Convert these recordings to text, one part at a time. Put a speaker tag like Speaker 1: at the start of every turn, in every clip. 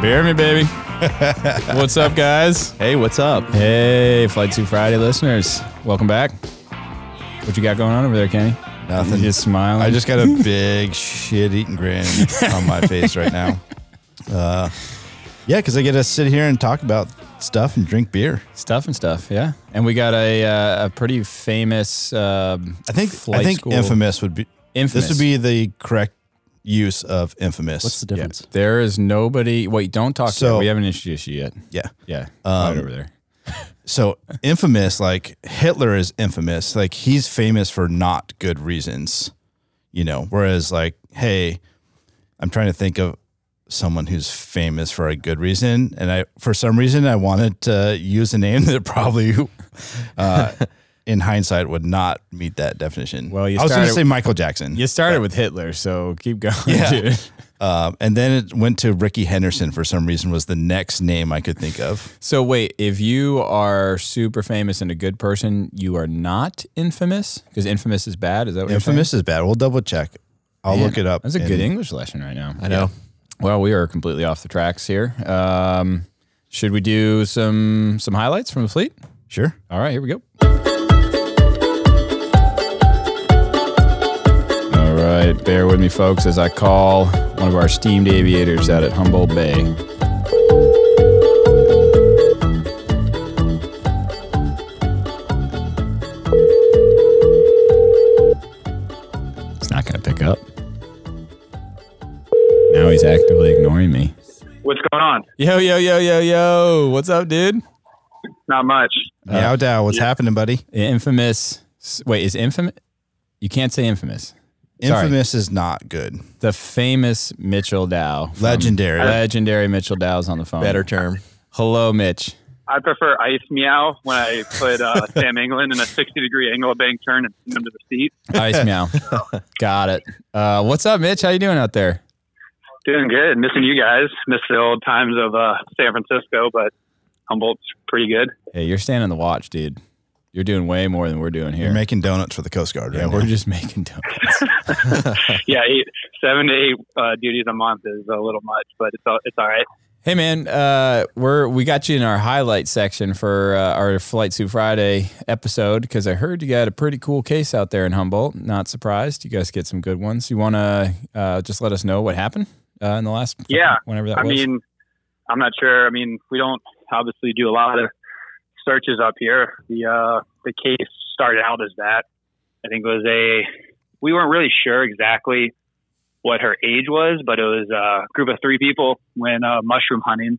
Speaker 1: Jeremy, baby. What's up, guys?
Speaker 2: Hey, what's up?
Speaker 1: Hey, Flight 2 Friday listeners. Welcome back. What you got going on over there, Kenny?
Speaker 2: Nothing.
Speaker 1: You just smiling.
Speaker 2: I just got a big shit-eating grin on my face right now. Uh, yeah, because I get to sit here and talk about stuff and drink beer.
Speaker 1: stuff and stuff, yeah. And we got a uh, a pretty famous. Um,
Speaker 2: I think
Speaker 1: flight
Speaker 2: I think
Speaker 1: school.
Speaker 2: infamous would be
Speaker 1: Infamous.
Speaker 2: this would be the correct use of infamous.
Speaker 3: What's the
Speaker 1: Yeah.
Speaker 3: difference?
Speaker 1: There is nobody. Wait, don't talk.
Speaker 2: So-
Speaker 1: So we haven't introduced you yet.
Speaker 2: yeah.
Speaker 1: Yeah,
Speaker 2: Um,
Speaker 1: right over there.
Speaker 2: So infamous, like Hitler is infamous. Like he's famous for not good reasons, you know. Whereas, like, hey, I'm trying to think of someone who's famous for a good reason, and I, for some reason, I wanted to use a name that probably, uh, in hindsight, would not meet that definition.
Speaker 1: Well, you
Speaker 2: I was going to
Speaker 1: started-
Speaker 2: say Michael Jackson,
Speaker 1: You started with Hitler, so keep going,
Speaker 2: Yeah.
Speaker 1: dude.
Speaker 2: um, and then it went to Ricky Henderson. For some reason, was the next name I could think of.
Speaker 1: So wait, if you are super famous and a good person, you are not infamous because infamous is bad. Is that what you're saying?
Speaker 2: Infamous is bad. We'll double check. I'll look it up.
Speaker 1: That's a
Speaker 2: and-
Speaker 1: good English lesson right now.
Speaker 3: I know.
Speaker 1: Well, we are completely off the tracks here. Um, should we do some some highlights from the fleet?
Speaker 2: Sure.
Speaker 1: All right, here we go. All right, bear with me, folks, as I call one of our steamed aviators out at Humboldt Bay. It's not going to pick up. Now he's actively ignoring me.
Speaker 4: What's going on?
Speaker 1: Yo, yo, yo, yo, yo. What's up, dude?
Speaker 4: Not much.
Speaker 2: Meow Dow, what's happening, buddy?
Speaker 1: Infamous. Wait, is infamous? You can't say infamous. Sorry.
Speaker 2: Infamous is not good.
Speaker 1: The famous Mitchell Dow. from-
Speaker 2: Legendary.
Speaker 1: Legendary Mitchell Dow's on the phone.
Speaker 3: Better term.
Speaker 1: Hello, Mitch.
Speaker 4: I prefer ice meow when I put uh, Sam England in a 60 degree angle bank turn and send him to the seat.
Speaker 1: Ice meow. Got it. Uh, what's up, Mitch? How you doing out there?
Speaker 4: Doing good. Missing you guys. Miss the old times of uh, San Francisco, but Humboldt's pretty good.
Speaker 1: Hey, you're standing the watch, dude. You're doing way more than we're doing here.
Speaker 2: You're making donuts for the Coast Guard.
Speaker 1: yeah,
Speaker 2: right
Speaker 1: we're
Speaker 2: now.
Speaker 1: just making donuts.
Speaker 4: Yeah, eight, seven to eight uh, duties a month is a little much, but it's all, it's all right.
Speaker 1: hey, man. Uh, we're we got you in our highlight section for uh, our Flight Suit Friday episode because I heard you got a pretty cool case out there in Humboldt. Not surprised. You guys get some good ones. You want to uh, just let us know what happened uh, in the last
Speaker 4: Yeah,
Speaker 1: whenever that
Speaker 4: I
Speaker 1: was.
Speaker 4: mean, I'm not sure. I mean, we don't obviously do a lot of searches up here. The uh, the case started out as that. I think it was a we weren't really sure exactly what her age was, but it was a group of three people went uh, mushroom hunting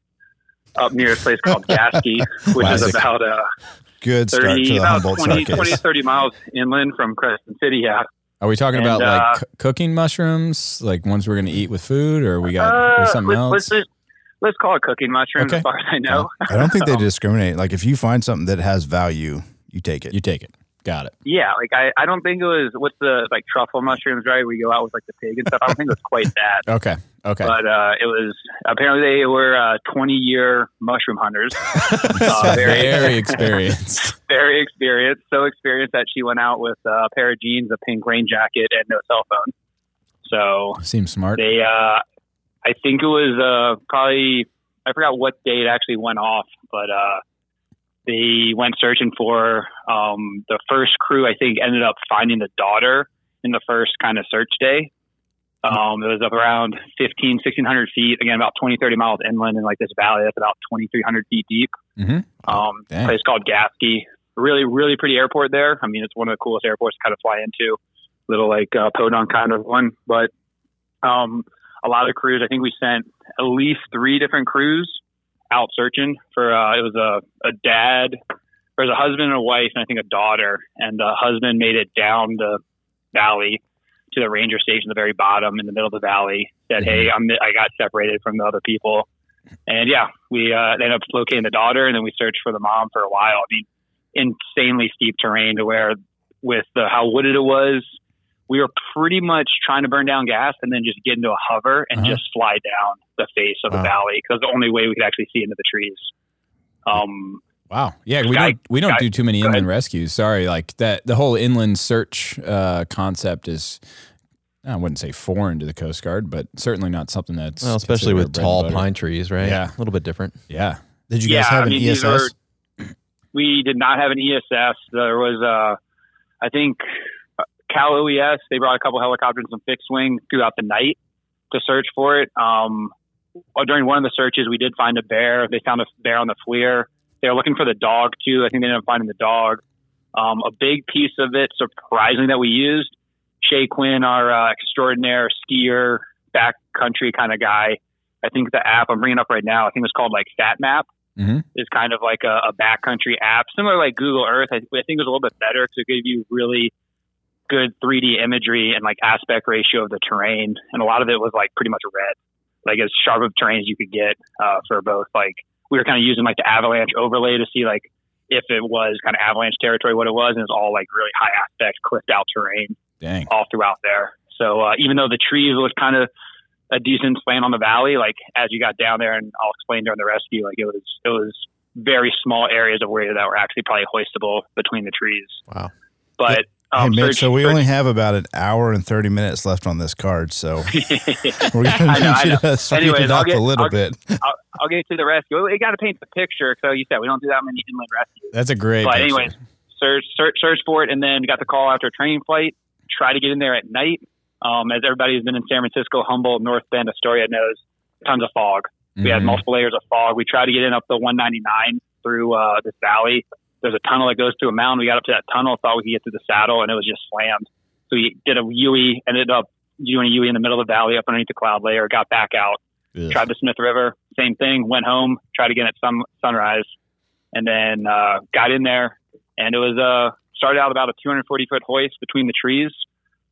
Speaker 4: up near a place called Gaskey, which is
Speaker 2: Classic.
Speaker 4: about uh,
Speaker 2: Good start to
Speaker 4: 30,
Speaker 2: the
Speaker 4: about
Speaker 2: Humboldt
Speaker 4: 20,
Speaker 2: Star
Speaker 4: 20,
Speaker 2: case.
Speaker 4: 30 miles inland from Crescent City. Yeah,
Speaker 1: Are we talking
Speaker 4: And,
Speaker 1: about like
Speaker 4: uh,
Speaker 1: c- cooking mushrooms, like ones we're gonna eat with food, or we got or
Speaker 4: Uh,
Speaker 1: something
Speaker 4: let's, let's
Speaker 1: else?
Speaker 4: just let's call it cooking mushrooms,
Speaker 1: Okay.
Speaker 4: as far as I know.
Speaker 2: I don't think they discriminate. Like, if you find something that has value, you take it.
Speaker 1: You take it. Got it.
Speaker 4: Yeah, like I, I don't think it was what's the like truffle mushrooms, right? We go out with like the pig and stuff. I don't think it was quite that,
Speaker 1: Okay. Okay.
Speaker 4: but uh, it was apparently they were uh, twenty year mushroom hunters, uh,
Speaker 1: very,
Speaker 4: very
Speaker 1: experienced.
Speaker 4: very experienced, so experienced that she went out with uh, a pair of jeans, a pink rain jacket, and no cell phone. So
Speaker 1: Seems smart.
Speaker 4: they, uh, I think it was uh, probably I forgot what day it actually went off, but uh, they went searching for um, the first crew. I think ended up finding the daughter in the first kind of search day. Um, it was up around 15, 1600 feet. Again, about 20, 30 miles inland in like this valley that's about 2,300 feet deep.
Speaker 1: Mhm.
Speaker 4: Um,
Speaker 1: Dang.
Speaker 4: place called Gaskey. Really, really pretty airport there. I mean, it's one of the coolest airports to kind of fly into. Little like uh, podunk kind of one, but um, a lot of crews. I think we sent at least three different crews out searching for. Uh, it was a a dad, there was a husband and a wife, and I think a daughter. And the husband made it down the valley to the ranger station, the very bottom in the middle of the valley. Said, "Hey, I'm I got separated from the other people." And yeah, we uh, ended up locating the daughter, and then we searched for the mom for a while. I mean, insanely steep terrain to where, with the, how wooded it was, we were pretty much trying to burn down gas and then just get into a hover and
Speaker 1: Uh-huh.
Speaker 4: just fly down the face of the
Speaker 2: Wow.
Speaker 4: valley because the only way we could actually see into the trees. Um,
Speaker 1: Wow. Yeah, we
Speaker 4: Sky-
Speaker 1: don't we don't
Speaker 4: Sky-
Speaker 1: do too many
Speaker 4: go
Speaker 1: inland rescues. Sorry, like that the whole inland search uh, concept is I wouldn't say foreign to the Coast Guard, but certainly not something that's
Speaker 3: Well, especially
Speaker 1: considered
Speaker 3: with
Speaker 1: bread and
Speaker 3: tall
Speaker 1: butter.
Speaker 3: pine trees, right?
Speaker 1: Yeah.
Speaker 3: A little bit different.
Speaker 1: Yeah,
Speaker 2: Did you
Speaker 4: yeah,
Speaker 2: guys have
Speaker 4: I
Speaker 2: an E
Speaker 4: mean,
Speaker 2: ESS?
Speaker 4: these are. We did not have an ESS. There was, uh, I think, uh, Cal OES. They brought a couple helicopters and fixed wing throughout the night to search for it. Um, well, during one of the searches, we did find a bear. They found a bear on the FLIR. They were looking for the dog too. I think they ended up finding the dog. Um, a big piece of it, surprisingly, that we used. Shay Quinn, our uh, extraordinaire skier, backcountry kind of guy. I think the app I'm bringing up right now, I think it's called like Fat Map
Speaker 1: Mhm.
Speaker 4: is kind of like a, a backcountry app, similar like Google Earth. I, I think it was a little bit better because it gave you really good 3D imagery and like aspect ratio of the terrain, and a lot of it was like pretty much red, like as sharp of terrain as you could get uh, for both. Like we were kind of using like the avalanche overlay to see like if it was kind of avalanche territory, what it was, and it's all like really high aspect, clipped out terrain
Speaker 1: dang.
Speaker 4: all throughout there. So uh, even though the trees looked kind of a decent slant on the valley, like as you got down there, and I'll explain during the rescue, like it was it was very small areas of where that were actually probably hoistable between the trees.
Speaker 3: Wow.
Speaker 4: But
Speaker 2: Hey,
Speaker 4: um,
Speaker 2: Mitch,
Speaker 4: search-
Speaker 2: so we
Speaker 4: search-
Speaker 2: only have about an hour and 30 minutes left on this card, so we're going to
Speaker 4: I know,
Speaker 2: need
Speaker 4: I
Speaker 2: you
Speaker 4: know.
Speaker 2: to speed
Speaker 4: Anyways,
Speaker 2: it
Speaker 4: I'll
Speaker 2: up
Speaker 4: get-
Speaker 2: a little
Speaker 4: I'll-
Speaker 2: bit.
Speaker 4: I'll get to the rescue. It got to paint the picture. So you said we don't do that many inland rescues.
Speaker 1: That's a great.
Speaker 4: But
Speaker 1: picture.
Speaker 4: anyways, search, search search for it, and then got the call after a training flight. Try to get in there at night. Um, as everybody who's been in San Francisco, Humboldt, North Bend, Astoria knows, tons of fog. We had
Speaker 1: Mhm.
Speaker 4: multiple layers of fog. We tried to get in up the 199 through uh, this valley. There's a tunnel that goes through a mountain. We got up to that tunnel, thought we could get through the saddle, and it was just slammed. So we did a UE, ended up doing a UE in the middle of the valley up underneath the cloud layer, got back out,
Speaker 1: Ugh.
Speaker 4: tried the Smith River, same thing, went home, tried again at some sunrise, and then uh, got in there. And it was uh, started out about a 240 foot hoist between the trees.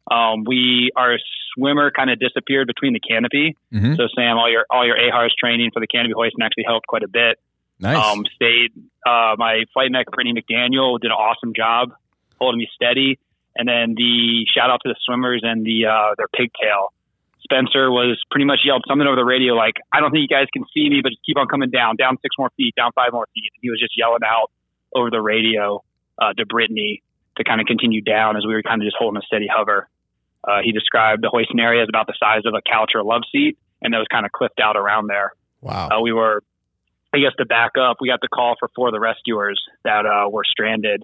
Speaker 4: Um, we our swimmer kind of disappeared between the canopy.
Speaker 1: Mhm.
Speaker 4: So Sam, all your all your AHARS training for the canopy hoisting actually helped quite a bit.
Speaker 1: nice.
Speaker 4: Um, stayed. Uh, my flight mech Brittany McDaniel did an awesome job holding me steady. And then the shout out to the swimmers and the uh, their pigtail. Spencer was pretty much yelled something over the radio like, "I don't think you guys can see me, but just keep on coming down, down six more feet, down five more feet." He was just yelling out over the radio uh, to Brittany to kind of continue down as we were kind of just holding a steady hover. Uh, he described the hoisting area as about the size of a couch or a love seat, and that was kind of clipped out around there.
Speaker 3: Wow.
Speaker 4: Uh, we were, I guess, to back up, we got the call for four of the rescuers that uh, were stranded.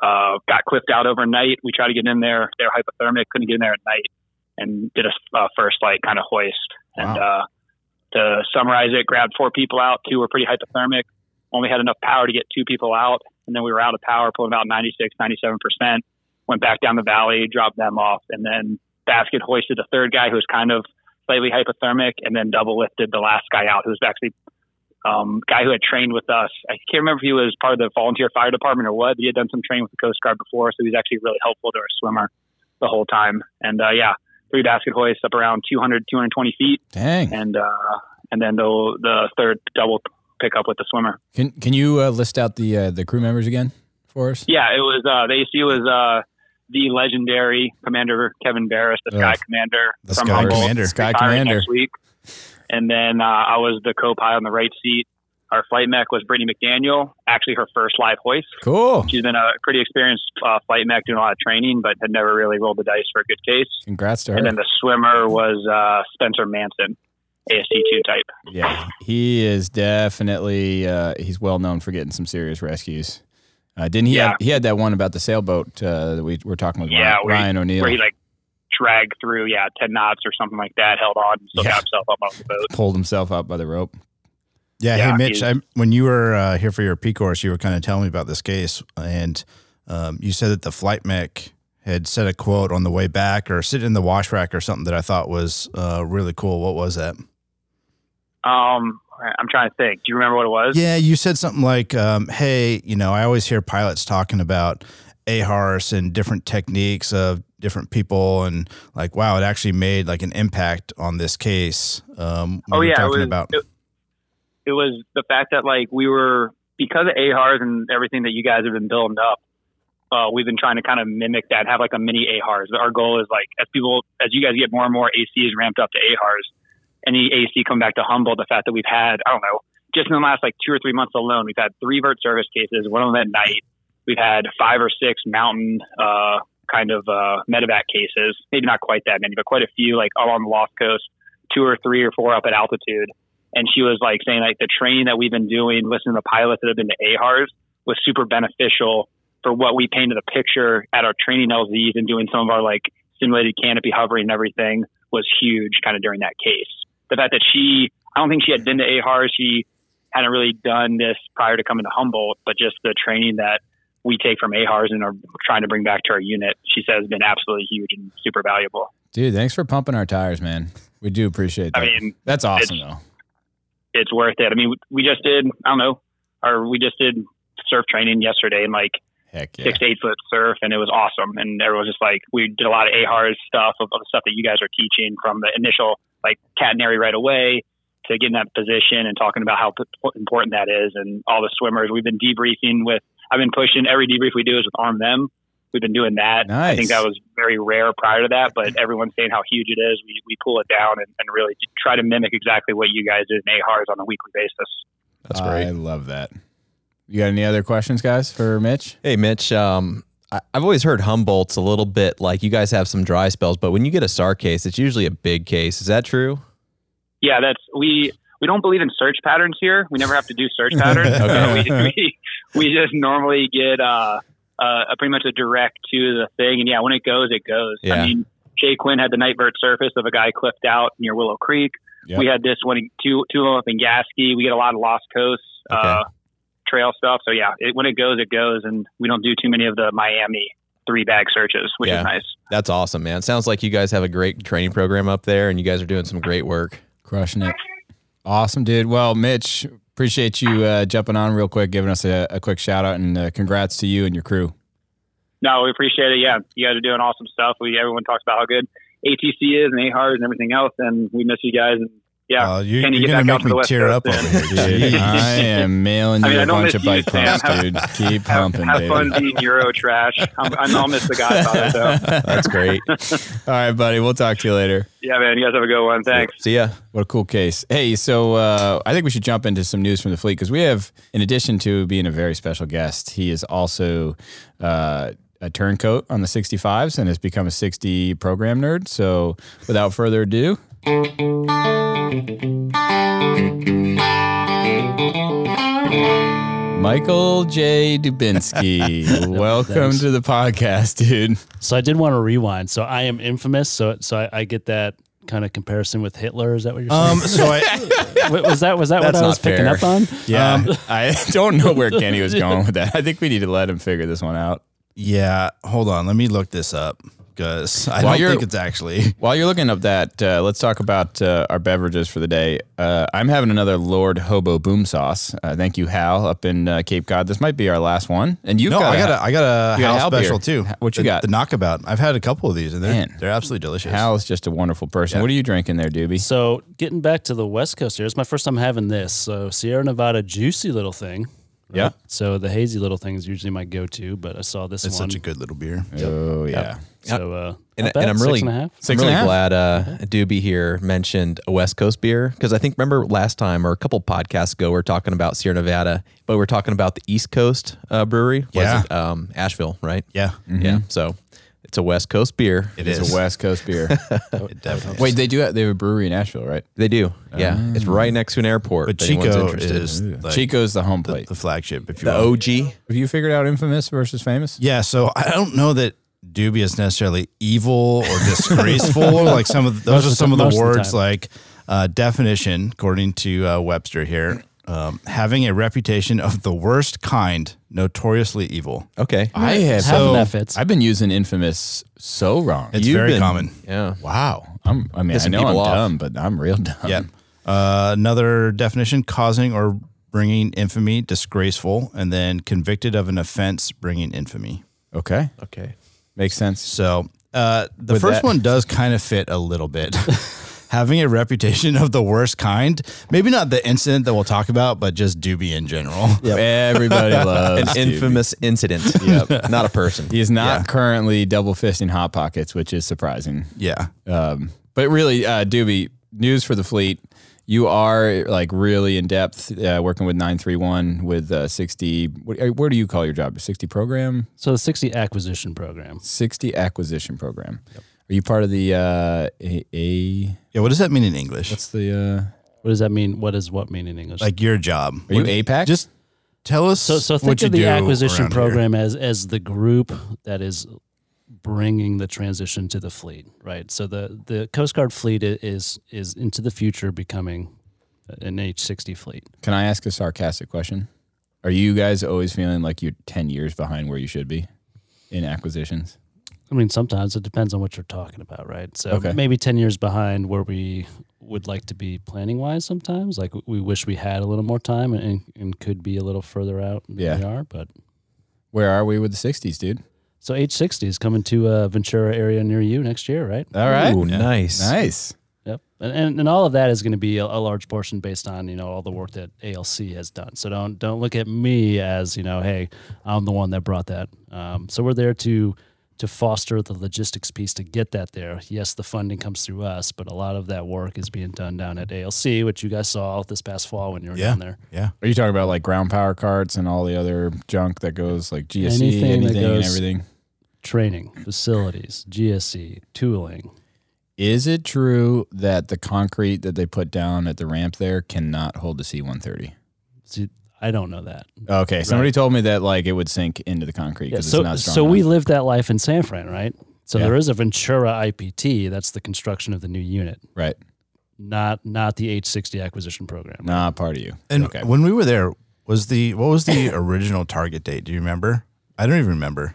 Speaker 4: Uh, got clipped out overnight. We tried to get in there. They're hypothermic. Couldn't get in there at night, and did a uh, first light kind of hoist. And uh, to summarize it, grabbed four people out. Two were pretty hypothermic. Only had enough power to get two people out, and then we were out of power, pulling about 96, 97 percent. Went back down the valley, dropped them off, and then basket hoisted the third guy who was kind of slightly hypothermic, and then double lifted the last guy out, who was actually um, guy who had trained with us. I can't remember if he was part of the volunteer fire department or what. But he had done some training with the Coast Guard before, so he was actually really helpful to our swimmer the whole time. And uh, yeah, three basket hoists up around 200, 220 feet,
Speaker 1: dang.
Speaker 4: and uh, and then the the third double pickup with the swimmer.
Speaker 1: Can can you uh, list out the uh, the crew members again for us?
Speaker 4: Yeah, it was uh, the AC was uh, the legendary Commander Kevin Barris, the Sky
Speaker 1: Ugh.
Speaker 4: Commander
Speaker 2: The
Speaker 4: from
Speaker 2: Sky
Speaker 4: Humboldt.
Speaker 2: Commander.
Speaker 1: Sky
Speaker 4: retiring
Speaker 1: Commander.
Speaker 4: next week. And then uh, I was the co-pilot on the right seat. Our flight mech was Brittany McDaniel, actually her first live hoist.
Speaker 1: Cool.
Speaker 4: She's been a pretty experienced uh, flight mech doing a lot of training, but had never really rolled the dice for a good case.
Speaker 1: Congrats to her.
Speaker 4: And then the swimmer was uh, Spencer Manson, ASC2 type.
Speaker 1: Yeah, he is definitely uh, he's well known for getting some serious rescues. Uh, didn't he?
Speaker 4: Yeah.
Speaker 1: Have, he had that one about the sailboat uh, that we were talking with
Speaker 4: Yeah,
Speaker 1: Ryan,
Speaker 4: where he-
Speaker 1: Ryan O'Neill.
Speaker 4: Where he like dragged through, yeah, 10 knots or something like that, held on, and still
Speaker 1: Yeah.
Speaker 4: got himself up off the boat.
Speaker 1: pulled himself up by the rope.
Speaker 2: Yeah,
Speaker 4: Yeah,
Speaker 2: hey Mitch,
Speaker 4: he's-
Speaker 2: I, when you were uh, here for your P course, you were kind of telling me about this case, and um, you said that the flight mech had said a quote on the way back or sit in the wash rack or something that I thought was uh, really cool. What was that?
Speaker 4: Um, I'm trying to think. Do you remember what it was?
Speaker 2: Yeah, you said something like, um, "Hey, you know, I always hear pilots talking about AHARS and different techniques of different people, and like, wow, it actually made like an impact on this case." Um, we
Speaker 4: oh
Speaker 2: were
Speaker 4: yeah, it
Speaker 2: talking
Speaker 4: was,
Speaker 2: about
Speaker 4: It, it was the fact that like we were because of AHARs and everything that you guys have been building up. Uh, we've been trying to kind of mimic that, have like a mini AHARS. Our goal is like as people, as you guys get more and more ACs ramped up to AHARs, any AC come back to humble. The fact that we've had, I don't know, just in the last like two or three months alone, we've had three vert service cases, one of them at night. We've had five or six mountain uh, kind of uh, medevac cases. Maybe not quite that many, but quite a few, like all on the Lost Coast, two or three or four up at altitude. And she was like saying, like the training that we've been doing, listening to the pilots that have been to AHARS, was super beneficial for what we painted the picture at our training LZs and doing some of our like simulated canopy hovering and everything was huge kind of during that case. The fact that she, I don't think she had been to AHARS. She hadn't really done this prior to coming to Humboldt, but just the training that we take from AHARS and are trying to bring back to our unit, she says has been absolutely huge and super valuable.
Speaker 1: Dude, thanks for pumping our tires, man. We do appreciate that.
Speaker 4: I mean,
Speaker 1: That's awesome, though.
Speaker 4: it's worth it. I mean, we- we just did, I don't know, or we just did surf training yesterday and like
Speaker 1: Heck yeah.
Speaker 4: six to eight foot surf and it was awesome and everyone was just like we did a lot of ahars stuff of, of the stuff that you guys are teaching from the initial like catenary right away to getting that position and talking about how p- important that is and all the swimmers we've been debriefing with i've been pushing every debrief we do is with arm them we've been doing that i
Speaker 1: Nice.
Speaker 4: think that was very rare prior to that but everyone's saying how huge it is we, we pull it down and, and really try to mimic exactly what you guys do in ahars on a weekly basis
Speaker 3: That's
Speaker 1: I
Speaker 3: great.
Speaker 1: love that. You got any other questions, guys, for Mitch?
Speaker 3: Hey, Mitch. Um, I, I've always heard Humboldt's a little bit like you guys have some dry spells, but when you get a SAR case, it's usually a big case. Is that true?
Speaker 4: Yeah, that's we we don't believe in search patterns here. We never have to do search patterns.
Speaker 1: Okay.
Speaker 4: So we, we we just normally get uh, uh, a pretty much a direct to the thing, and yeah, when it goes, it goes.
Speaker 3: Yeah.
Speaker 4: I mean, Jay Quinn had the night bird surface of a guy clipped out near Willow Creek.
Speaker 1: Yep.
Speaker 4: We had this one, in- two two of them up in Gaskey. We get a lot of Lost Coast uh, trail stuff. So yeah, it, when it goes, it goes, and we don't do too many of the Miami three bag searches, which
Speaker 3: Yeah.
Speaker 4: is nice.
Speaker 3: That's awesome, man. Sounds like you guys have a great training program up there, and you guys are doing some great work.
Speaker 1: Crushing it. Awesome, dude. Well, Mitch, appreciate you uh, jumping on real quick, giving us a, a quick shout out, and uh, congrats to you and your crew.
Speaker 4: No, we appreciate it. Yeah, you guys are doing awesome stuff. We everyone talks about how good ATC is and AHARS and everything else, and we miss you guys. And yeah,
Speaker 2: Uh, you're
Speaker 4: Can you
Speaker 2: you're gonna
Speaker 4: get back out
Speaker 2: make
Speaker 4: to the
Speaker 2: me
Speaker 4: West
Speaker 2: tear
Speaker 4: Coast
Speaker 2: up over
Speaker 4: then?
Speaker 2: here, dude.
Speaker 1: Dude, I am mailing you
Speaker 4: I mean, I
Speaker 1: a
Speaker 4: don't
Speaker 1: bunch of
Speaker 4: miss you,
Speaker 1: bike
Speaker 4: Sam.
Speaker 1: pumps, dude. Keep
Speaker 4: have,
Speaker 1: pumping,
Speaker 4: have
Speaker 1: baby.
Speaker 4: fun being Euro trash. I'm, I'm, I'll miss the Godfather. So
Speaker 3: That's great.
Speaker 1: All right, buddy. We'll talk to you later.
Speaker 4: yeah, man, you guys have a good one. Thanks.
Speaker 3: See ya.
Speaker 1: What a cool case. Hey, so uh, I think we should jump into some news from the fleet because we have, in addition to being a very special guest, he is also uh, a turncoat on the 65s and has become a 60 program nerd. So without further ado, Michael J. Dubinsky, welcome
Speaker 5: Thanks.
Speaker 1: to the podcast, dude.
Speaker 5: So I did want to rewind. So I am infamous. So so I, I get that kind of comparison with Hitler. Is that what you're
Speaker 2: Um,
Speaker 5: saying?
Speaker 2: so I,
Speaker 5: Wa- was that was that what
Speaker 3: Oh. that's
Speaker 5: I was
Speaker 3: not
Speaker 5: picking
Speaker 3: fair.
Speaker 5: up on?
Speaker 1: Yeah, Um, I don't know where Kenny was going with that. I think we need to let him figure this one out.
Speaker 2: yeah, hold on. Let me look this up because I
Speaker 1: While
Speaker 2: don't
Speaker 1: you're-
Speaker 2: think it's actually.
Speaker 1: While you're looking up that, uh, let's talk about uh, our beverages for the day. Uh, I'm having another Lord Hobo Boom Sauce. Uh, thank you, Hal, up in uh, Cape Cod. This might be our last one. And you've
Speaker 2: No,
Speaker 1: got,
Speaker 2: I got a, I got a
Speaker 1: you got a
Speaker 2: Hal
Speaker 1: Hal
Speaker 2: special
Speaker 1: beer.
Speaker 2: too.
Speaker 1: What you
Speaker 2: the,
Speaker 1: got?
Speaker 2: The knockabout. I've had a couple of these and they're
Speaker 1: Man.
Speaker 2: they're absolutely delicious.
Speaker 1: Hal is just a wonderful person.
Speaker 2: Yeah.
Speaker 1: What are you drinking there, Doobie?
Speaker 5: So getting back to the West Coast here, it's my first time having this. So Sierra Nevada juicy little thing. right?
Speaker 1: Yeah.
Speaker 5: So the hazy little thing is usually my go-to, but I saw this
Speaker 2: It's
Speaker 5: one.
Speaker 2: such a good little beer.
Speaker 1: Oh yeah,
Speaker 5: so uh,
Speaker 3: And,
Speaker 5: not bad,
Speaker 3: and I'm
Speaker 5: six
Speaker 3: really,
Speaker 5: and a half.
Speaker 1: Six
Speaker 3: I'm
Speaker 1: and a
Speaker 3: really
Speaker 1: half.
Speaker 3: glad uh, Doobie here mentioned a West Coast beer because I think remember last time or a couple podcasts ago we are talking about Sierra Nevada, but we are talking about the East Coast uh, brewery. Was
Speaker 2: Yeah.
Speaker 3: it, um, Asheville, right?
Speaker 2: Yeah,
Speaker 1: Mm-hmm.
Speaker 3: Yeah. So it's a West Coast beer.
Speaker 2: it
Speaker 1: it's
Speaker 2: is.
Speaker 1: a West Coast beer.
Speaker 2: It definitely. is.
Speaker 1: Wait, they do. Have, they have a brewery in Asheville, right?
Speaker 3: They do. Yeah. It's right next to an airport.
Speaker 2: but
Speaker 3: if anyone's
Speaker 2: Chico
Speaker 3: interested.
Speaker 2: is like
Speaker 1: Chico's the home
Speaker 2: the,
Speaker 1: plate.
Speaker 2: the flagship. If you
Speaker 3: the
Speaker 2: will.
Speaker 3: OG.
Speaker 1: have you figured out infamous versus famous?
Speaker 2: Yeah, so I don't know that Doobie is necessarily evil or disgraceful. like some of those
Speaker 5: Most
Speaker 2: are
Speaker 5: of
Speaker 2: some
Speaker 5: the-
Speaker 2: of the
Speaker 5: most of the
Speaker 2: words.
Speaker 5: time.
Speaker 2: like uh, definition, according to uh, Webster here, um, having a reputation of the worst kind, notoriously evil.
Speaker 3: Okay.
Speaker 1: I have.
Speaker 5: Half of that fits.
Speaker 1: I've been using infamous so wrong.
Speaker 2: It's
Speaker 3: You've
Speaker 2: very
Speaker 3: been-
Speaker 2: common.
Speaker 3: Yeah.
Speaker 1: Wow. I'm, I mean, I
Speaker 3: Pissing
Speaker 1: know I'm
Speaker 3: people off.
Speaker 1: dumb, but I'm real dumb.
Speaker 2: Yeah. Uh, another definition: causing or bringing infamy, disgraceful, and then convicted of an offense, bringing infamy.
Speaker 1: Okay.
Speaker 3: Okay.
Speaker 1: Makes sense.
Speaker 2: So uh, the
Speaker 1: With
Speaker 2: first
Speaker 1: that-
Speaker 2: one does kind of fit a little bit. Having a reputation of the worst kind, maybe not the incident that we'll talk about, but just Doobie in general.
Speaker 1: Everybody
Speaker 3: An
Speaker 1: loves Doobie.
Speaker 3: infamous incident. Not a person.
Speaker 1: He is not currently double fisting hot pockets, which is surprising.
Speaker 2: Yeah.
Speaker 1: Um, but really, uh, Doobie, news for the fleet. you are like really in depth uh, working with 931 with uh, 60. What, uh, where do you call your job? 60 program?
Speaker 5: So the 60 acquisition program.
Speaker 1: 60 acquisition program. Are you part of the uh, a, a?
Speaker 2: Yeah, what does that mean in English?
Speaker 1: What's the? Uh,
Speaker 5: What does that mean? What does what mean in English?
Speaker 2: like your job.
Speaker 1: are you APAC?
Speaker 2: Just tell us
Speaker 5: so so
Speaker 2: what
Speaker 5: think
Speaker 2: you
Speaker 5: of the
Speaker 2: do
Speaker 5: acquisition
Speaker 2: around here.
Speaker 5: program as as the group that is bringing the transition to the fleet, right? So the the Coast Guard fleet i- is is into the future becoming an H60 fleet.
Speaker 1: Can I ask a sarcastic question? Are you guys always feeling like you're 10 years behind where you should be in acquisitions?
Speaker 5: I mean, sometimes it depends on what you're talking about, right? So
Speaker 1: Okay.
Speaker 5: maybe 10 years behind where we would like to be planning wise sometimes. Like we wish we had a little more time and, and could be a little further out than
Speaker 1: Yeah.
Speaker 5: we are. But
Speaker 1: Where are we with the 60s, dude?
Speaker 5: so H60 is coming to uh, Ventura area near you next year, right?
Speaker 1: All right.
Speaker 3: Ooh, nice.
Speaker 1: Nice.
Speaker 5: Yep. And, and and all of that is going to be a, a large portion based on, you know, all the work that ALC has done. So don't don't look at me as, you know, hey, I'm the one that brought that. Um, so we're there to to foster the logistics piece to get that there. Yes, the funding comes through us, but a lot of that work is being done down at ALC, which you guys saw this past fall when you were
Speaker 2: Yeah.
Speaker 5: down there.
Speaker 2: Yeah.
Speaker 1: Are you talking about like ground power carts and all the other junk that goes like GSE,
Speaker 5: Anything
Speaker 1: anything,
Speaker 5: that
Speaker 1: and
Speaker 5: goes-
Speaker 1: everything?
Speaker 5: Training, facilities, GSE, tooling.
Speaker 1: Is it true that the concrete that they put down at the ramp there cannot hold the C 130?
Speaker 5: See, I don't know that.
Speaker 1: Okay. Somebody told me that like it would sink into the concrete
Speaker 5: Yeah,
Speaker 1: because
Speaker 5: so
Speaker 1: it's not strong.
Speaker 5: so we
Speaker 1: enough.
Speaker 5: lived that life in San Fran, right? So
Speaker 1: Yeah.
Speaker 5: there is a Ventura IPT. That's the construction of the new unit,
Speaker 1: Right.
Speaker 5: not not the H60 acquisition program.
Speaker 1: Nah, part of you.
Speaker 2: And
Speaker 1: okay.
Speaker 2: when we were there, was the what was the original target date? Do you remember? I don't even remember.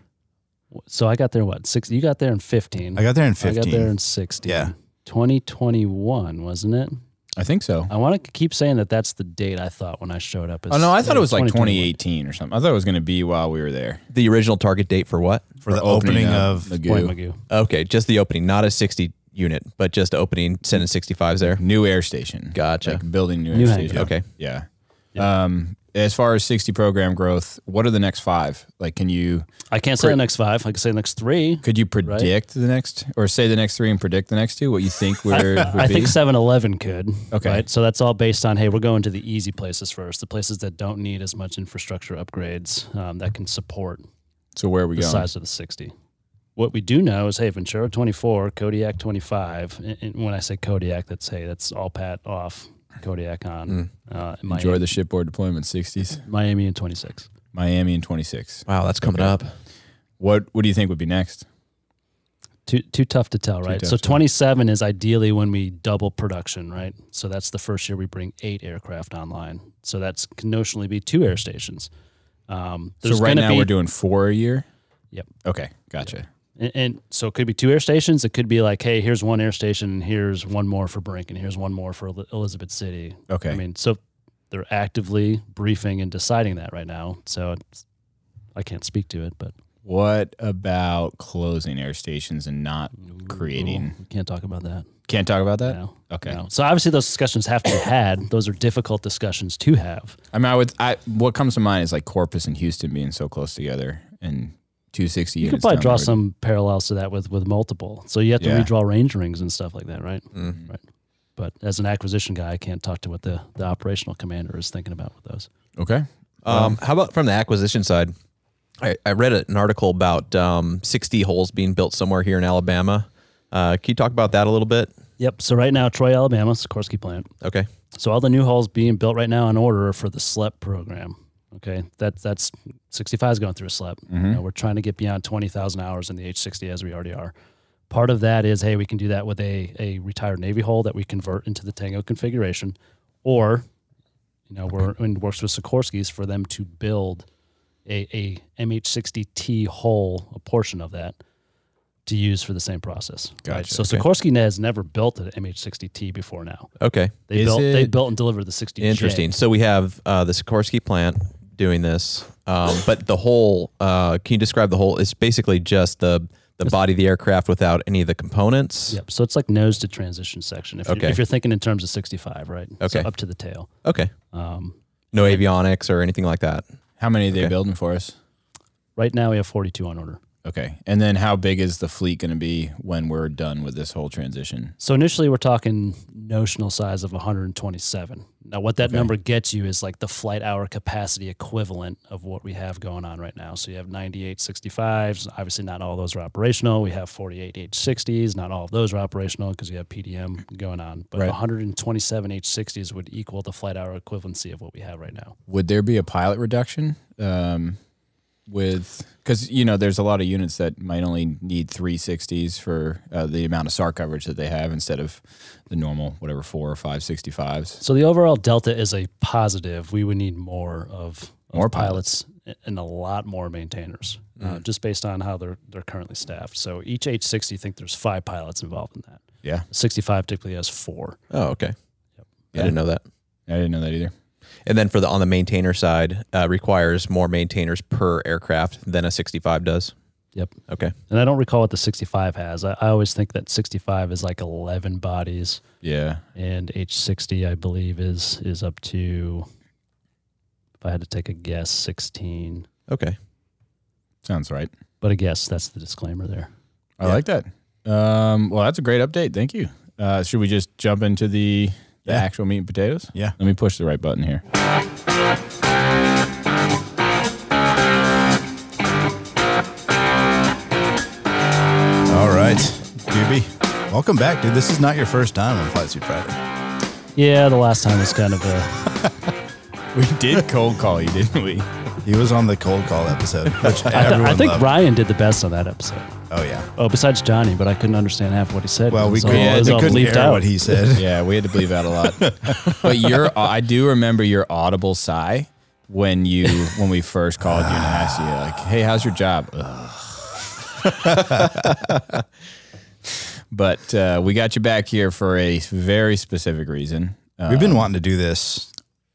Speaker 5: So I got there what six? You got there in fifteen.
Speaker 2: I got there in
Speaker 5: I got
Speaker 2: fifteen.
Speaker 5: there in sixteen.
Speaker 2: Yeah.
Speaker 5: 2021, wasn't it?
Speaker 1: I think so.
Speaker 5: I want to keep saying that that's the date I thought when I showed up. as-
Speaker 1: Oh, no. I thought it was like
Speaker 5: 2021.
Speaker 1: 2018 or something. I thought it was going to be while we were there.
Speaker 3: The original target date for what?
Speaker 2: for the opening, of
Speaker 1: the
Speaker 5: Point
Speaker 1: goo.
Speaker 5: Magoo.
Speaker 3: Okay, just the opening, not a 60 unit, but just opening, sending 65s there.
Speaker 1: new air station.
Speaker 3: Gotcha.
Speaker 1: Like building new,
Speaker 5: New
Speaker 1: air
Speaker 5: hangar.
Speaker 1: station.
Speaker 3: Okay.
Speaker 1: Yeah. Um, as far as 60 program growth, what are the next five? Like, can you,
Speaker 5: I can't say the next five. I can say the next three.
Speaker 1: could you predict the next or say the next three and predict the next two? What you think we're, would
Speaker 5: I
Speaker 1: be?
Speaker 5: think 7 Eleven could.
Speaker 1: Okay.
Speaker 5: Right? So that's all based on hey, we're going to the easy places first, the places that don't need as much infrastructure upgrades um, that can support
Speaker 1: So where are we
Speaker 5: the
Speaker 1: going?
Speaker 5: size of the 60. What we do know is hey, Ventura 24, Kodiak 25. And, and when I say Kodiak, that's hey, that's all Pat off, Kodiak on. Uh, and
Speaker 1: Mm. Enjoy
Speaker 5: Miami,
Speaker 1: the shipboard deployment 60s,
Speaker 5: Miami in 26.
Speaker 1: Miami in 26.
Speaker 3: Wow, that's coming up.
Speaker 1: What, what do you think would be next?
Speaker 5: Too, too tough to tell, right?
Speaker 1: tough
Speaker 5: So
Speaker 1: to
Speaker 5: 27 is ideally when we double production, right? So that's the first year we bring eight aircraft online. So that's can notionally be two air stations. Um, there's
Speaker 1: so right
Speaker 5: gonna
Speaker 1: now
Speaker 5: be,
Speaker 1: we're doing four a year.
Speaker 5: Yep.
Speaker 1: Okay. Gotcha.
Speaker 5: and, and so it could be two air stations. It could be like, hey, here's one air station, and here's one more for Brink, and here's one more for El- Elizabeth City.
Speaker 1: Okay.
Speaker 5: I mean, so they're actively briefing and deciding that right now. So it's, I can't speak to it, but
Speaker 1: what about closing air stations and not creating?
Speaker 5: we can't talk about that.
Speaker 1: Can't talk about that.
Speaker 5: now.
Speaker 1: Okay.
Speaker 5: No. So obviously those discussions have to be had. Those are difficult discussions to have.
Speaker 1: I mean, I would. I what comes to mind is like Corpus and Houston being so close together, and 260.
Speaker 5: You could
Speaker 1: units
Speaker 5: probably
Speaker 1: down
Speaker 5: draw
Speaker 1: the road.
Speaker 5: some parallels to that with with multiple. So you have to
Speaker 1: Yeah. Mm-hmm.
Speaker 5: redraw range rings and stuff like that, right?
Speaker 3: Mhm.
Speaker 5: Right. But as an acquisition guy, I can't talk to what the, the operational commander is thinking about with those.
Speaker 1: Okay.
Speaker 3: Um, how about from the acquisition side? I, I read an article about um, 60 holes being built somewhere here in Alabama. Uh, can you talk about that a little bit?
Speaker 5: Yep. So right now, Troy, Alabama, Sikorsky plant.
Speaker 3: Okay.
Speaker 5: So all the new hulls being built right now in order are for the SLEP program. Okay, that that's 65 is going through a SLEP. You know, we're trying to get beyond 20,000 hours in the H60 as we already are. Part of that is hey, we can do that with a a retired Navy hull that we convert into the Tango configuration, or you know we're in works with Sikorsky's for them to build a, a MH60T hull, a portion of that, to use for the same process. Right.
Speaker 1: Gotcha.
Speaker 5: So Sikorsky has never built an MH60T before now.
Speaker 3: Okay.
Speaker 5: They
Speaker 1: Is
Speaker 5: built they
Speaker 1: it-
Speaker 5: built and delivered the 60.
Speaker 3: Interesting. So we have uh, the Sikorsky plant doing this, um, but the whole. Uh, can you describe the whole? It's basically just the the body of the aircraft without any of the components.
Speaker 5: Yep. So it's like nose to transition section. If,
Speaker 3: Okay.
Speaker 5: you're, if you're thinking in terms of 65, right? So
Speaker 3: Okay.
Speaker 5: up to the tail.
Speaker 3: Okay.
Speaker 5: Um,
Speaker 3: No avionics or anything like that.
Speaker 1: How many are they building for us?
Speaker 5: right now we have 42 on order.
Speaker 1: Okay. And then how big is the fleet going to be when we're done with this whole transition?
Speaker 5: So initially, we're talking notional size of 127. Now, what that
Speaker 1: Okay.
Speaker 5: number gets you is like the flight hour capacity equivalent of what we have going on right now. So you have 98 65s. Obviously, not all those are operational. We have 48 H60s. Not all of those are operational because you have PDM going on. But
Speaker 1: Right.
Speaker 5: 127 H60s would equal the flight hour equivalency of what we have right now.
Speaker 1: Would there be a pilot reduction um, with because you know there's a lot of units that might only need 360s for uh, the amount of SAR coverage that they have instead of the normal whatever four or five 65s.
Speaker 5: So the overall delta is a positive. We would need more of, of
Speaker 1: More Mm-hmm.
Speaker 5: pilots. and a lot more maintainers, uh, just based on how they're they're currently staffed. So each H sixty, think there's five pilots involved in that.
Speaker 1: Yeah.
Speaker 5: sixty five typically has four.
Speaker 3: Oh, okay. I
Speaker 1: Yeah.
Speaker 3: didn't know that.
Speaker 1: I didn't know that either.
Speaker 3: And then for the on the maintainer side, uh, requires more maintainers per aircraft than a 65 does.
Speaker 5: Yep.
Speaker 3: Okay.
Speaker 5: And I don't recall what the sixty five has. I, I always think that sixty five is like eleven bodies,
Speaker 1: Yeah.
Speaker 5: and H sixty I believe is is up to. If I had to take a guess, sixteen.
Speaker 3: Okay.
Speaker 1: Sounds right.
Speaker 5: But a guess that's the disclaimer there.
Speaker 1: I like that. Um, well, that's a great update. Thank you. Uh, should we just jump into the the
Speaker 2: Yeah.
Speaker 1: actual meat and potatoes?
Speaker 2: Yeah.
Speaker 1: Let me push the right button here.
Speaker 2: All right, Doobie, welcome back, dude. This is not your first time on Flight Suit Friday.
Speaker 5: Yeah, the last time was kind of a
Speaker 1: We did cold call you, didn't we?
Speaker 2: He was on the cold call episode, which
Speaker 5: I, th-
Speaker 2: everyone
Speaker 5: I think
Speaker 2: loved.
Speaker 5: Ryan did the best on that episode.
Speaker 2: oh yeah.
Speaker 5: Oh, besides Johnny, but I couldn't understand half what he said.
Speaker 2: Well,
Speaker 5: It
Speaker 2: we,
Speaker 5: was all-
Speaker 2: could,
Speaker 5: it was
Speaker 2: we
Speaker 5: all
Speaker 2: couldn't
Speaker 5: bleeped
Speaker 2: hear
Speaker 5: out.
Speaker 2: what he said.
Speaker 1: Yeah, we had to believe out a lot. but your I do remember your audible sigh when you when we first called you and asked you like, "Hey, how's your job?" Ugh. but uh, we got you back here for a very specific reason. Uh,
Speaker 2: We've been wanting to do this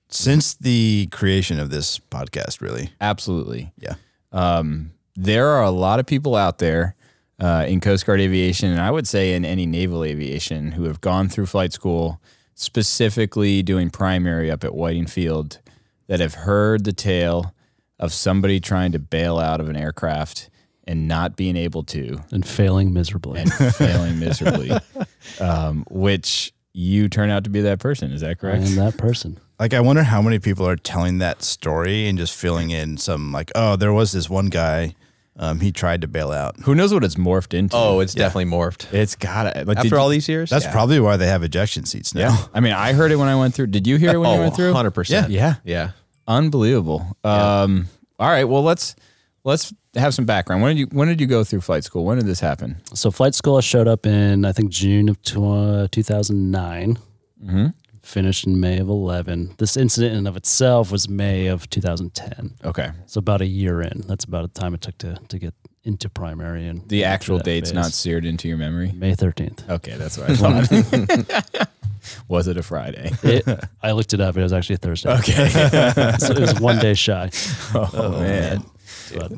Speaker 2: since the creation of this podcast, really.
Speaker 1: absolutely.
Speaker 2: Yeah.
Speaker 1: um, there are a lot of people out there uh, in Coast Guard aviation, and I would say in any naval aviation, who have gone through flight school, specifically doing primary up at Whiting Field, that have heard the tale of somebody trying to bail out of an aircraft and not being able to
Speaker 5: and failing miserably.
Speaker 1: and failing miserably, um, which you turn out to be that person. Is that
Speaker 5: I
Speaker 1: correct?
Speaker 5: am that person.
Speaker 2: Like, I wonder how many people are telling that story and just filling in some, like, oh, there was this one guy. Um, he tried to bail out.
Speaker 1: Who knows what it's morphed into?
Speaker 3: Oh, it's definitely morphed.
Speaker 1: it's gotta like, did
Speaker 3: After
Speaker 1: you-
Speaker 3: all these years?
Speaker 2: That's probably why they have ejection seats now.
Speaker 1: Yeah, I mean, I heard it when I went through. Did you hear it when you
Speaker 3: oh,
Speaker 1: went through?
Speaker 3: 100%.
Speaker 1: Yeah.
Speaker 3: Yeah.
Speaker 1: Unbelievable. Um, all right. Well, let's let's have some background. When did you when did you go through flight school? When did this happen?
Speaker 5: So, flight school I showed up in I think June of tw- two thousand nine.
Speaker 2: Mm-hmm.
Speaker 1: Mhm.
Speaker 5: Finished in May of eleven. This incident in and of itself was May of two thousand ten.
Speaker 1: Okay.
Speaker 5: So about a year in. That's about the time it took to to get into primary and
Speaker 1: The actual
Speaker 5: that
Speaker 1: date's
Speaker 5: phase.
Speaker 1: not seared into your memory.
Speaker 5: May thirteenth.
Speaker 1: Okay, that's what I thought. Was it a Friday?
Speaker 5: I looked it up. It was actually Thursday.
Speaker 1: Okay.
Speaker 5: so it was one day shy.
Speaker 1: oh, man.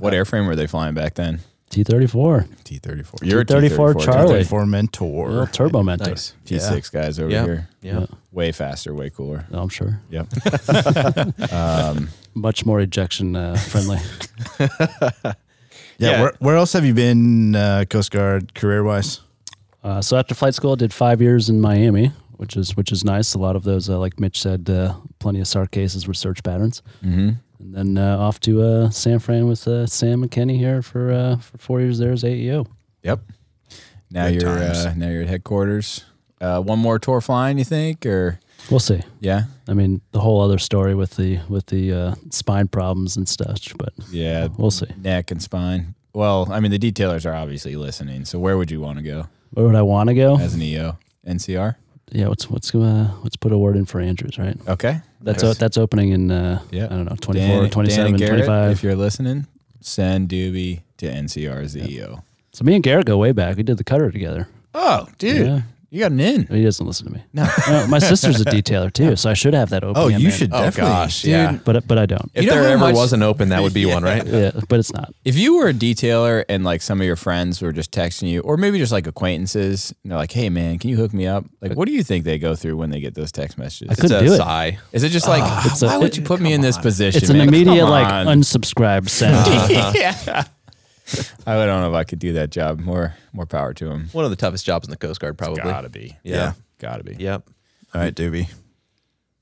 Speaker 1: What airframe were they flying back then?
Speaker 5: T thirty four.
Speaker 1: T thirty four.
Speaker 5: T thirty four Charlie.
Speaker 2: For mentor.
Speaker 5: Little turbo mentor.
Speaker 3: Nice.
Speaker 1: T six guys over
Speaker 3: Yeah.
Speaker 1: here.
Speaker 3: Yeah.
Speaker 1: Way faster, way cooler.
Speaker 5: No, I'm sure.
Speaker 1: Yep.
Speaker 5: Much more ejection uh, friendly.
Speaker 2: Yeah.
Speaker 3: Yeah.
Speaker 2: Where, where else have you been, uh, Coast Guard, career wise?
Speaker 5: uh, so after flight school, I did five years in Miami, which is which is nice. A lot of those, uh, like Mitch said, uh, plenty of SAR cases, research patterns,
Speaker 1: hmm
Speaker 5: and then uh, off to uh, San Fran with uh, Sam McKinney here for uh, for four years there as E AEO.
Speaker 1: Yep. Now
Speaker 2: Good
Speaker 1: you're
Speaker 2: times.
Speaker 1: uh, now you're at headquarters. Uh, one more tour flying, you think, or
Speaker 5: We'll see.
Speaker 1: yeah,
Speaker 5: I mean, the whole other story with the with the uh, spine problems and stuff, but
Speaker 1: yeah,
Speaker 5: we'll see.
Speaker 1: neck and spine. Well, I mean, the detailers are obviously listening. So where would you want to go
Speaker 5: Where would I want to go?
Speaker 1: as an E EO? NCR.
Speaker 5: Yeah, let's let's uh, let's put a word in for Andrews, right?
Speaker 1: Okay.
Speaker 5: That's o- that's opening in uh,
Speaker 1: Yeah.
Speaker 5: I don't know
Speaker 1: Dan-
Speaker 5: 24,
Speaker 1: Dan
Speaker 5: 27,
Speaker 1: Garrett,
Speaker 5: 25.
Speaker 1: If you're listening, send Doobie to NCR as the E EO.
Speaker 5: So me and Garrett go way back. We did the cutter together.
Speaker 1: Oh, dude,
Speaker 5: Yeah.
Speaker 1: you got an in.
Speaker 5: He doesn't listen to me. No. my sister's a detailer too, so I should have that open.
Speaker 2: Oh,
Speaker 5: in
Speaker 2: you
Speaker 5: there. Uh,
Speaker 2: should
Speaker 3: Oh,
Speaker 2: definitely.
Speaker 3: gosh. Yeah.
Speaker 5: But but I don't.
Speaker 3: If
Speaker 1: You know
Speaker 3: there
Speaker 1: how
Speaker 3: ever
Speaker 1: much-
Speaker 3: was an open, that would be one, right?
Speaker 5: Yeah, but it's not.
Speaker 1: If you were a detailer and like some of your friends were just texting you, or maybe just like acquaintances, and they're like, "Hey, man, can you hook me up?"
Speaker 5: Uh,
Speaker 1: Like, what do you think they go through when they get those text messages?
Speaker 5: Couldn't
Speaker 3: it's a
Speaker 5: do it.
Speaker 3: sigh.
Speaker 1: Is it just like,
Speaker 5: Ah, It's a-
Speaker 1: why would
Speaker 5: it-
Speaker 1: you put me in this position?
Speaker 5: It's an
Speaker 1: man?
Speaker 5: immediate
Speaker 1: Come
Speaker 5: like
Speaker 1: on."
Speaker 5: unsubscribe send.
Speaker 1: yeah. Uh-huh. I don't know if I could do that job. More more power to him.
Speaker 3: One of the toughest jobs in the Coast Guard, probably.
Speaker 1: Gotta be.
Speaker 3: Yeah.
Speaker 1: Gotta be.
Speaker 3: Yep.
Speaker 2: All right, Doobie.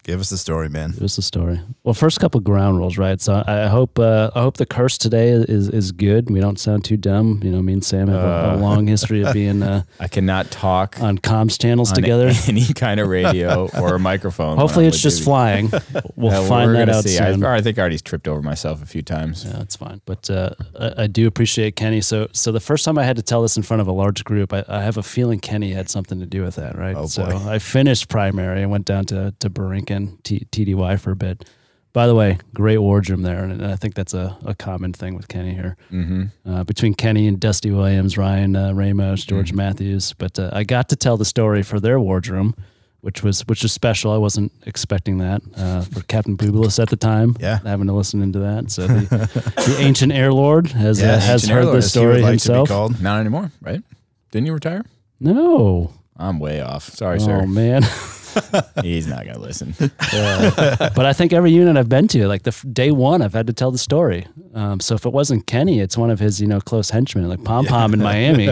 Speaker 2: Give us the story, man.
Speaker 5: It was the story. Well, first couple ground rules, right? So I I hope uh, I hope the curse today is is good. We don't sound too dumb. You know, me and Sam have
Speaker 1: Uh.
Speaker 5: a, a long history of being uh,
Speaker 1: I cannot talk
Speaker 5: on comms channels
Speaker 1: on
Speaker 5: together.
Speaker 1: any kind of radio or a microphone. when
Speaker 5: Hopefully,
Speaker 1: I'm
Speaker 5: it's
Speaker 1: with
Speaker 5: just
Speaker 1: Doobie.
Speaker 5: flying. We'll
Speaker 1: Uh,
Speaker 5: find
Speaker 1: we're
Speaker 5: that
Speaker 1: gonna
Speaker 5: out
Speaker 1: see.
Speaker 5: soon.
Speaker 1: I, I think I already tripped over myself a few times.
Speaker 5: Yeah, it's fine. But uh, I, I do appreciate Kenny. So, so the first time I had to tell this in front of a large group, I, I have a feeling Kenny had something to do with that, right?
Speaker 2: Oh,
Speaker 5: so
Speaker 2: boy.
Speaker 5: I finished primary and went down to to Berinken T, TDY for a bit. By the way, great ward room there, and I think that's a, a common thing with Kenny here.
Speaker 1: Mm-hmm.
Speaker 5: Uh, between Kenny and Dusty Williams, Ryan uh, Ramos, George
Speaker 2: Mm-hmm.
Speaker 5: Matthews, but uh, I got to tell the story for their ward room, which was which was special. I wasn't expecting that uh, for Captain Bubulus at the time.
Speaker 2: Yeah.
Speaker 5: having to listen into that. So the, the ancient air lord has uh,
Speaker 2: Yes,
Speaker 5: has
Speaker 1: ancient
Speaker 5: heard
Speaker 1: air lord,
Speaker 5: this
Speaker 2: As he would like
Speaker 5: story
Speaker 2: to be
Speaker 5: himself.
Speaker 2: called.
Speaker 1: Not anymore, right? Didn't you retire?
Speaker 5: No,
Speaker 1: I'm way off. Sorry,
Speaker 5: oh
Speaker 1: sir.
Speaker 5: man.
Speaker 1: He's not gonna listen.
Speaker 5: but I think every unit I've been to, like the f- day one, I've had to tell the story. Um, so if it wasn't Kenny, it's one of his you know close henchmen, like Pom Pom in Miami.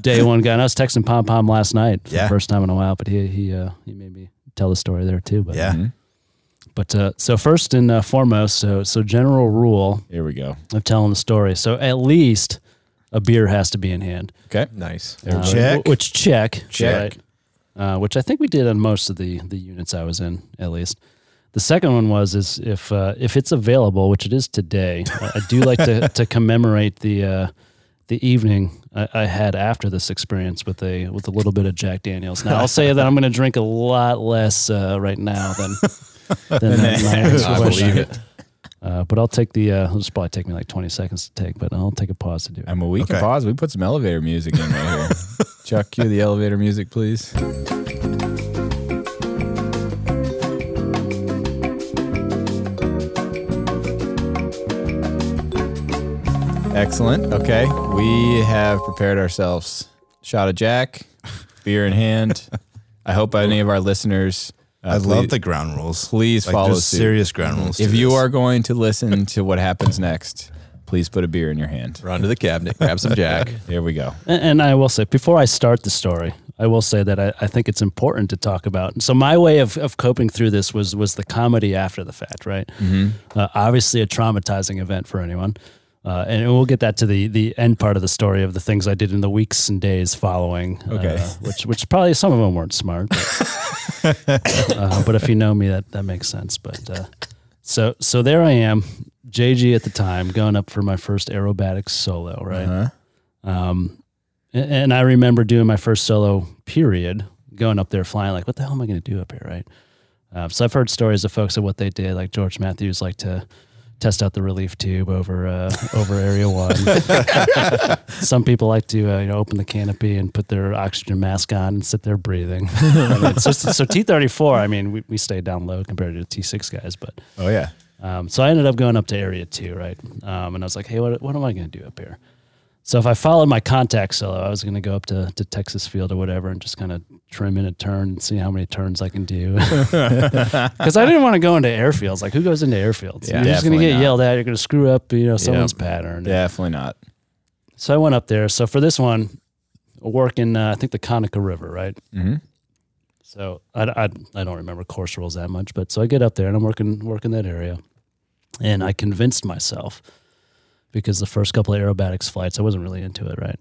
Speaker 5: day one guy, and I was texting Pom Pom last night for
Speaker 2: Yeah.
Speaker 5: the first time in a while, but he he uh, he made me tell the story there too. But
Speaker 1: Mm-hmm.
Speaker 2: Yeah.
Speaker 5: but uh, so first and uh, foremost, so so general rule
Speaker 1: Here we go.
Speaker 5: of telling the story. So at least a beer has to be in hand.
Speaker 1: Okay.
Speaker 3: Nice.
Speaker 5: Uh,
Speaker 2: Check.
Speaker 5: wh- Which check.
Speaker 2: Check.
Speaker 5: right? Uh, which I think we did on most of the the units I was in, at least. The second one was is if uh, if it's available, which it is today. I I do like to, to commemorate the uh, the evening I, I had after this experience with a with a little bit of Jack Daniels. Now I'll say that I'm going to drink a lot less uh, right now than than my
Speaker 3: I
Speaker 5: actual
Speaker 3: believe
Speaker 5: wish.
Speaker 3: it.
Speaker 5: Uh, but I'll take the. Uh, this will probably take me like 20 seconds to take, but I'll take a pause to do it.
Speaker 1: I mean, we can
Speaker 2: Okay.
Speaker 1: pause. We put some elevator music in right here. Chuck, cue the elevator music, please. Excellent. Okay. We have prepared ourselves. Shot of Jack, beer in hand. I hope any of our listeners. uh,
Speaker 2: I love
Speaker 1: please-
Speaker 2: the ground rules.
Speaker 1: please follow
Speaker 2: there's
Speaker 1: suit. Mm-hmm.
Speaker 2: serious ground rules. to
Speaker 1: If you
Speaker 2: this.
Speaker 1: are going to listen to what happens next, please put a beer in your hand.
Speaker 3: Run to the cabinet, grab some Jack.
Speaker 1: There we go.
Speaker 5: And, and I will say, before I start the story, I will say that I, I think it's important to talk about. So my way of, of coping through this was was the comedy after the fact, right? Uh, obviously, a traumatizing event for anyone, uh, and we'll get that to the the end part of the story of the things I did in the weeks and days following.
Speaker 1: Okay.
Speaker 5: uh, which which probably some of them weren't smart, but, uh, but if you know me, that that makes sense. But uh, so so there I am, JG at the time, going up for my first aerobatics solo, right?
Speaker 1: Uh-huh.
Speaker 5: Um, a- and I remember doing my first solo period, going up there flying, like, what the hell am I going to do up here, right? Uh, so I've heard stories of folks of what they did, like George Matthews, like to test out the relief tube over uh, over Area One. Some people like to uh, you know open the canopy and put their oxygen mask on and sit there breathing. I mean, so so T thirty four. I mean, we, we stayed down low compared to the T six guys, but
Speaker 1: Oh, yeah.
Speaker 5: um, so I ended up going up to area two, right? Um, and I was like, hey, what, what am I going to do up here? So if I followed my contact solo, I was going to go up to, to Texas Field or whatever and just kind of trim in a turn and see how many turns I can do. Because I didn't want to go into airfields. Like, who goes into airfields?
Speaker 1: Yeah,
Speaker 5: you're just going to
Speaker 1: definitely
Speaker 5: get
Speaker 1: not.
Speaker 5: yelled at. You're going to screw up, you know, someone's pattern.
Speaker 1: Definitely not.
Speaker 5: So I went up there. So for this one, I work in uh, I think the Conica River, right?
Speaker 2: Mm-hmm.
Speaker 1: Mhm.
Speaker 5: So I, I, I don't remember course rules that much, but so I get up there and I'm working working that area, and I convinced myself because the first couple of aerobatics flights I wasn't really into it, right?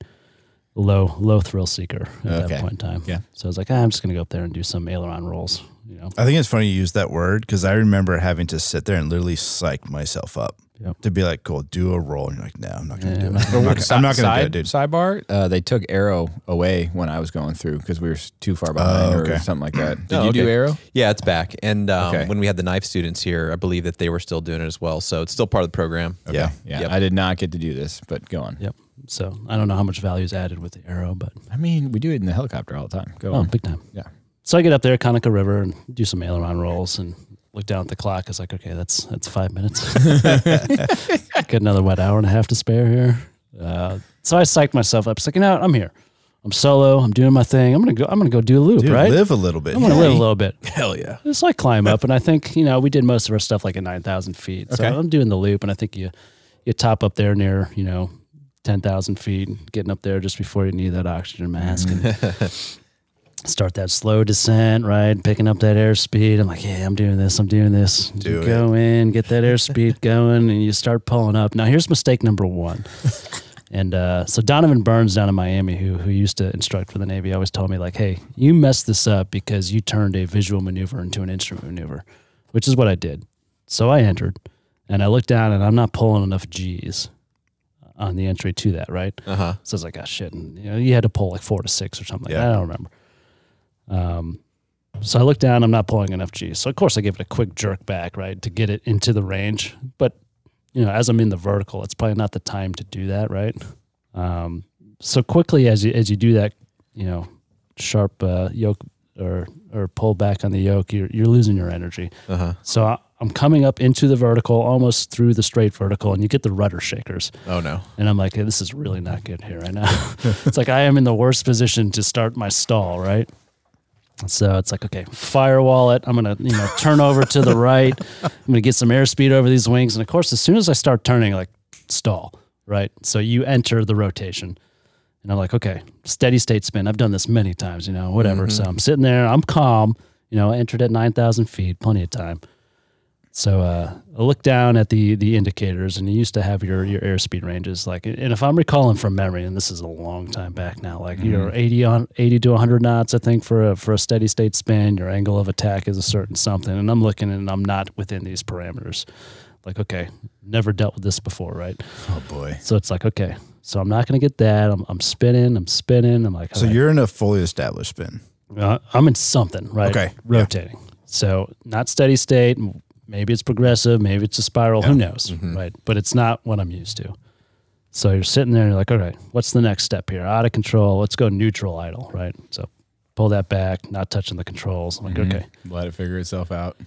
Speaker 5: Low low thrill seeker at
Speaker 1: Okay.
Speaker 5: that point in time.
Speaker 1: Yeah.
Speaker 5: So I was like, "Ah, I'm just gonna go up there and do some aileron rolls, you know.
Speaker 2: I think it's funny you use that word because I remember having to sit there and literally psych myself up
Speaker 5: Yep.
Speaker 2: to be like, "Cool, do a roll." And you're like, "No, I'm not gonna
Speaker 5: Yeah.
Speaker 2: do it. I'm not, gonna- I'm not gonna do it,
Speaker 1: Side,
Speaker 2: dude."
Speaker 1: Sidebar: uh, They took Arrow away when I was going through because we were s- too far behind
Speaker 2: Oh, okay.
Speaker 1: or something like that. Did
Speaker 3: Oh,
Speaker 1: you do
Speaker 3: okay.
Speaker 1: Arrow?
Speaker 3: Yeah, it's back. And um,
Speaker 1: Okay.
Speaker 3: when we had the knife students here, I believe that they were still doing it as well. So it's still part of the program.
Speaker 2: Yeah.
Speaker 1: Yeah,
Speaker 3: Yep.
Speaker 1: I did not get to do this, but go on.
Speaker 5: Yep. So I don't know how much value is added with the arrow, but
Speaker 1: I mean, we do it in the helicopter all the time. Go
Speaker 5: oh,
Speaker 1: on.
Speaker 5: big time.
Speaker 1: Yeah.
Speaker 5: So I get up there, Conica River, and do some aileron rolls, and look down at the clock. I was like, okay, that's that's five minutes. Got another wet hour and a half to spare here. Uh, so I psyched myself up. It's like, you know, I'm here. I'm solo. I'm doing my thing. I'm gonna go. I'm gonna go do a loop,
Speaker 2: Dude,
Speaker 5: right?
Speaker 2: live a little bit.
Speaker 5: I'm gonna
Speaker 2: Yeah.
Speaker 5: live a little bit.
Speaker 3: Hell yeah.
Speaker 5: So I climb up, and I think you know we did most of our stuff like at nine thousand feet. So
Speaker 1: Okay.
Speaker 5: I'm doing the loop, and I think you you top up there near you know 10,000 feet, getting up there just before you need that oxygen mask and start that slow descent, right? Picking up that airspeed. I'm like, yeah, I'm doing this. I'm doing this.
Speaker 2: Do
Speaker 5: you go in, get that airspeed going, and you start pulling up. Now, here's mistake number one. And uh, so Donovan Burns down in Miami, who who used to instruct for the Navy, always told me like, "Hey, you messed this up because you turned a visual maneuver into an instrument maneuver," which is what I did. So I entered, and I looked down, and I'm not pulling enough G's on the entry to that, right?
Speaker 3: Uh huh.
Speaker 5: So it's like, oh shit, and you know, you had to pull like four to six or something. like
Speaker 2: Yeah.
Speaker 5: that. I don't remember. Um, so I look down, I'm not pulling enough G's. So of course I give it a quick jerk back, right, to get it into the range. But you know, as I'm in the vertical, it's probably not the time to do that, right? Um, so quickly as you as you do that, you know, sharp uh, yoke or or pull back on the yoke, you're you're losing your energy.
Speaker 3: Uh huh.
Speaker 5: So I, I'm coming up into the vertical, almost through the straight vertical, and you get the rudder shakers.
Speaker 3: Oh no.
Speaker 5: And I'm like, hey, this is really not good here right now. it's like I am in the worst position to start my stall, right? So it's like, okay, firewall it. I'm gonna, you know, turn over to the right. I'm gonna get some airspeed over these wings. And of course, as soon as I start turning, like stall, right? So you enter the rotation. And I'm like, okay, steady state spin. I've done this many times, you know, whatever. So I'm sitting there, I'm calm, you know, entered at 9,000 feet, plenty of time. So uh, I look down at the the indicators, and you used to have your your airspeed ranges. Like, and if I'm recalling from memory, and this is a long time back now, like your 80 on 80 to 100 knots, I think for a for a steady state spin, your angle of attack is a certain something. And I'm looking, and I'm not within these parameters. Like, okay, never dealt with this before, right?
Speaker 2: Oh boy.
Speaker 5: So it's like, okay, so I'm not gonna get that. I'm, I'm spinning, I'm spinning. I'm like,
Speaker 2: So
Speaker 5: all right,
Speaker 2: you're in a fully established spin.
Speaker 5: uh, I'm in something, right?
Speaker 2: Okay,
Speaker 5: Rotating. So not steady state. m- Maybe it's progressive. Maybe it's a spiral. Who knows?
Speaker 2: Mm-hmm.
Speaker 5: Right. But it's not what I'm used to. So you're sitting there and you're like, all right, what's the next step here? Out of control. Let's go neutral idle. Right. So pull that back, not touching the controls. I'm like,
Speaker 2: Mm-hmm.
Speaker 5: okay.
Speaker 1: Let it figure itself out.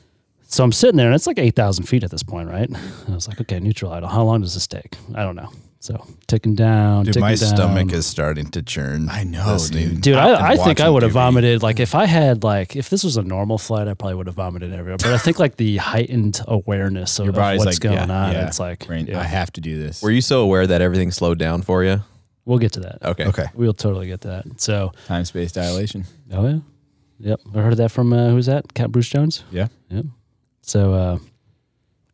Speaker 5: So I'm sitting there, and it's like 8,000 feet at this point, right? And I was like, okay, neutral idle. How long does this take? I don't know. So ticking down,
Speaker 2: Dude,
Speaker 5: ticking
Speaker 2: my
Speaker 5: down.
Speaker 2: stomach is starting to churn. I
Speaker 1: know,
Speaker 5: Dude,
Speaker 2: and
Speaker 5: I, I think I
Speaker 2: watching
Speaker 5: would have
Speaker 2: TV.
Speaker 5: vomited. Like, if I had, like, if this was a normal flight, I probably would have vomited everywhere. But I think, like, the heightened awareness of,
Speaker 1: Your
Speaker 5: of
Speaker 1: body's
Speaker 5: what's
Speaker 1: like,
Speaker 5: going
Speaker 1: yeah,
Speaker 5: on,
Speaker 1: yeah.
Speaker 5: it's like,
Speaker 1: Brain,
Speaker 5: yeah.
Speaker 1: I have to do this.
Speaker 3: Were you so aware that everything slowed down for you?
Speaker 5: we'll get to that.
Speaker 3: Okay.
Speaker 2: Okay.
Speaker 5: We'll totally get to that. So,
Speaker 1: Time space dilation.
Speaker 5: oh, yeah. Yep. I heard of that from, uh, who's that? Cat Bruce Jones?
Speaker 1: Yeah.
Speaker 5: Yep. So uh,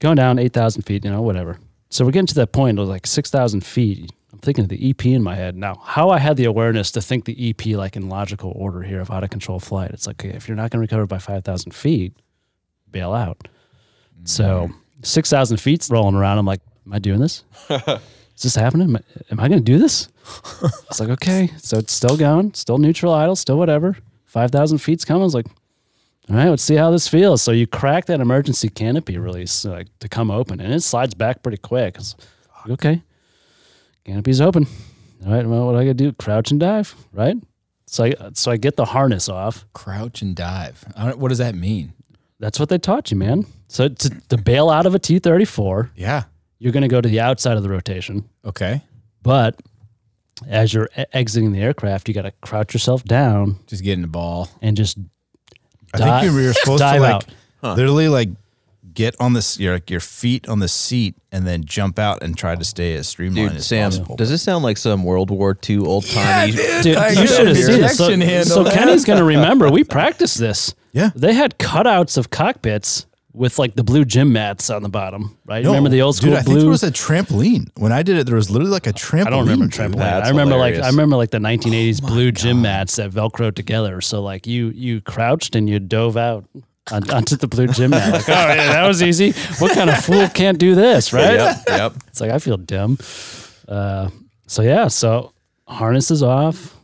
Speaker 5: going down 8,000 feet, you know, whatever. So we're getting to that point of like 6,000 feet. I'm thinking of the EP in my head. Now, how I had the awareness to think the EP like in logical order here of out of control flight. It's like, okay, if you're not going to recover by 5,000 feet, bail out. So 6,000 feet's rolling around. I'm like, am I doing this? Is this happening? Am I, am I going to do this? it's like, okay. So it's still going, still neutral idle, still whatever. 5,000 feet's coming. I was like, all right, let's see how this feels. So you crack that emergency canopy release like, to come open, and it slides back pretty quick. It's like, okay, canopy's open. All right, well, what I gotta do? Crouch and dive, right? So I so I get the harness off.
Speaker 1: Crouch and dive. I don't, what does that mean?
Speaker 5: That's what they taught you, man. So to, to bail out of a T thirty four,
Speaker 1: Yeah.
Speaker 5: you're gonna go to the outside of the rotation,
Speaker 1: Okay.
Speaker 5: but as you're e- exiting the aircraft, you gotta crouch yourself down
Speaker 1: Just getting the ball.
Speaker 5: and just
Speaker 2: I think you were supposed to
Speaker 5: dive
Speaker 2: like
Speaker 5: out.
Speaker 2: literally like get on this your like your feet on the seat and then jump out and try to stay as streamlined
Speaker 3: Dude,
Speaker 2: as
Speaker 3: Sam,
Speaker 2: possible.
Speaker 3: does this sound like some World War II old timey?
Speaker 5: Dude, you should have seen this. So,
Speaker 1: Rejection handle
Speaker 5: so
Speaker 1: there.
Speaker 5: Kenny's going to remember we practiced this.
Speaker 2: Yeah.
Speaker 5: They had cutouts of cockpits with like the blue gym mats on the bottom, right?
Speaker 2: No,
Speaker 5: remember the old school
Speaker 2: Dude, I think
Speaker 5: blue?
Speaker 2: there was a trampoline when I did it. There was literally like a trampoline.
Speaker 5: I don't remember
Speaker 2: dude.
Speaker 5: trampoline. I
Speaker 3: That's
Speaker 5: remember like I
Speaker 3: hilarious.
Speaker 5: remember like the 1980s blue gym mats that velcroed together. So like you you crouched and you dove out on, onto the blue gym mat. Like, oh yeah, that was easy. What kind of fool can't do this, right?
Speaker 3: yep. Yep.
Speaker 5: It's like I feel dumb. Uh, so yeah, so harness is off.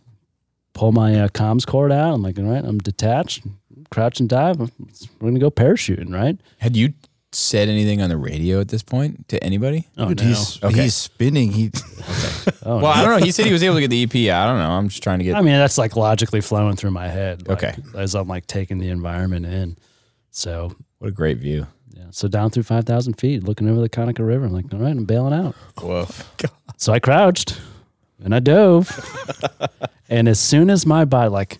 Speaker 5: Pull my uh, comms cord out. I'm like, all right, I'm detached. Crouch and dive. We're gonna go parachuting, right?
Speaker 1: Had you said anything on the radio at this point to anybody?
Speaker 5: Oh
Speaker 2: Dude,
Speaker 5: no!
Speaker 2: he's,
Speaker 1: Okay.
Speaker 2: he's spinning. He
Speaker 5: oh,
Speaker 1: Well,
Speaker 5: no.
Speaker 1: I don't know. He said he was able to get the EP. I don't know. I'm just trying to
Speaker 5: I
Speaker 1: get.
Speaker 5: mean, that's like logically flowing through my head. like,
Speaker 1: Okay.
Speaker 5: as I'm like taking the environment in. So
Speaker 1: What a great view.
Speaker 5: yeah, so down through five thousand feet, looking over the Conica River. I'm like, all right, I'm bailing out.
Speaker 3: Woof.
Speaker 5: So I crouched. and I dove. and as soon as my body, like,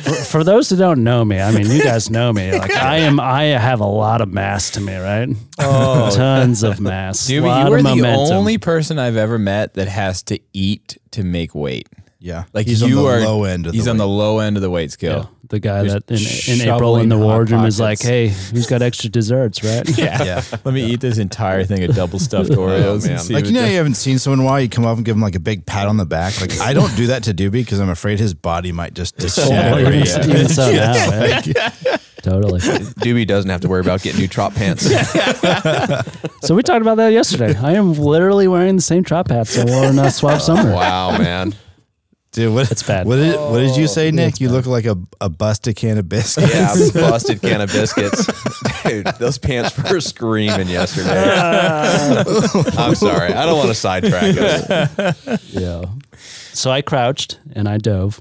Speaker 5: for, for those who don't know me, I mean, you guys know me. Like, I am, I have a lot of mass to me, right? Oh, tons of mass.
Speaker 1: Dude,
Speaker 5: lot
Speaker 1: you
Speaker 5: of
Speaker 1: are the
Speaker 5: momentum.
Speaker 1: only person I've ever met that has to eat to make weight.
Speaker 2: Yeah.
Speaker 1: Like
Speaker 2: he's
Speaker 1: you
Speaker 2: on the
Speaker 1: are
Speaker 2: low end of
Speaker 1: he's
Speaker 2: the
Speaker 1: on
Speaker 2: weight.
Speaker 1: the low end of the weight
Speaker 5: Yeah,
Speaker 1: scale.
Speaker 5: the guy
Speaker 1: Just
Speaker 5: that in, in April
Speaker 1: shoveling
Speaker 5: in the
Speaker 1: Hot
Speaker 5: wardroom is like,
Speaker 1: Pockets.
Speaker 5: hey, who's got extra desserts, right?
Speaker 1: Yeah.
Speaker 2: Yeah.
Speaker 1: Let me eat this entire thing of double stuffed Oreos.
Speaker 5: Oh,
Speaker 3: man.
Speaker 1: and see
Speaker 2: Like
Speaker 1: what
Speaker 2: you know,
Speaker 1: the-
Speaker 2: you haven't seen someone in a while. You come up and give him like a big pat on the back. Like I don't do that to Doobie because I'm afraid his body might just
Speaker 5: Totally.
Speaker 2: disintegrate.
Speaker 5: Even, even so now, right? Totally.
Speaker 3: Doobie doesn't have to worry about getting new trop pants.
Speaker 5: So we talked about that yesterday. I am literally wearing the same trap hats I wore in uh, Swab Summer.
Speaker 3: wow, man.
Speaker 2: Dude, what,
Speaker 5: That's bad.
Speaker 2: What did, what
Speaker 1: Oh,
Speaker 2: did you say, Nick? You look like a, a busted can of biscuits.
Speaker 3: Yeah, busted can of biscuits. Dude, those pants were screaming yesterday. I'm sorry. I don't want to sidetrack us.
Speaker 5: Yeah. So I crouched and I dove.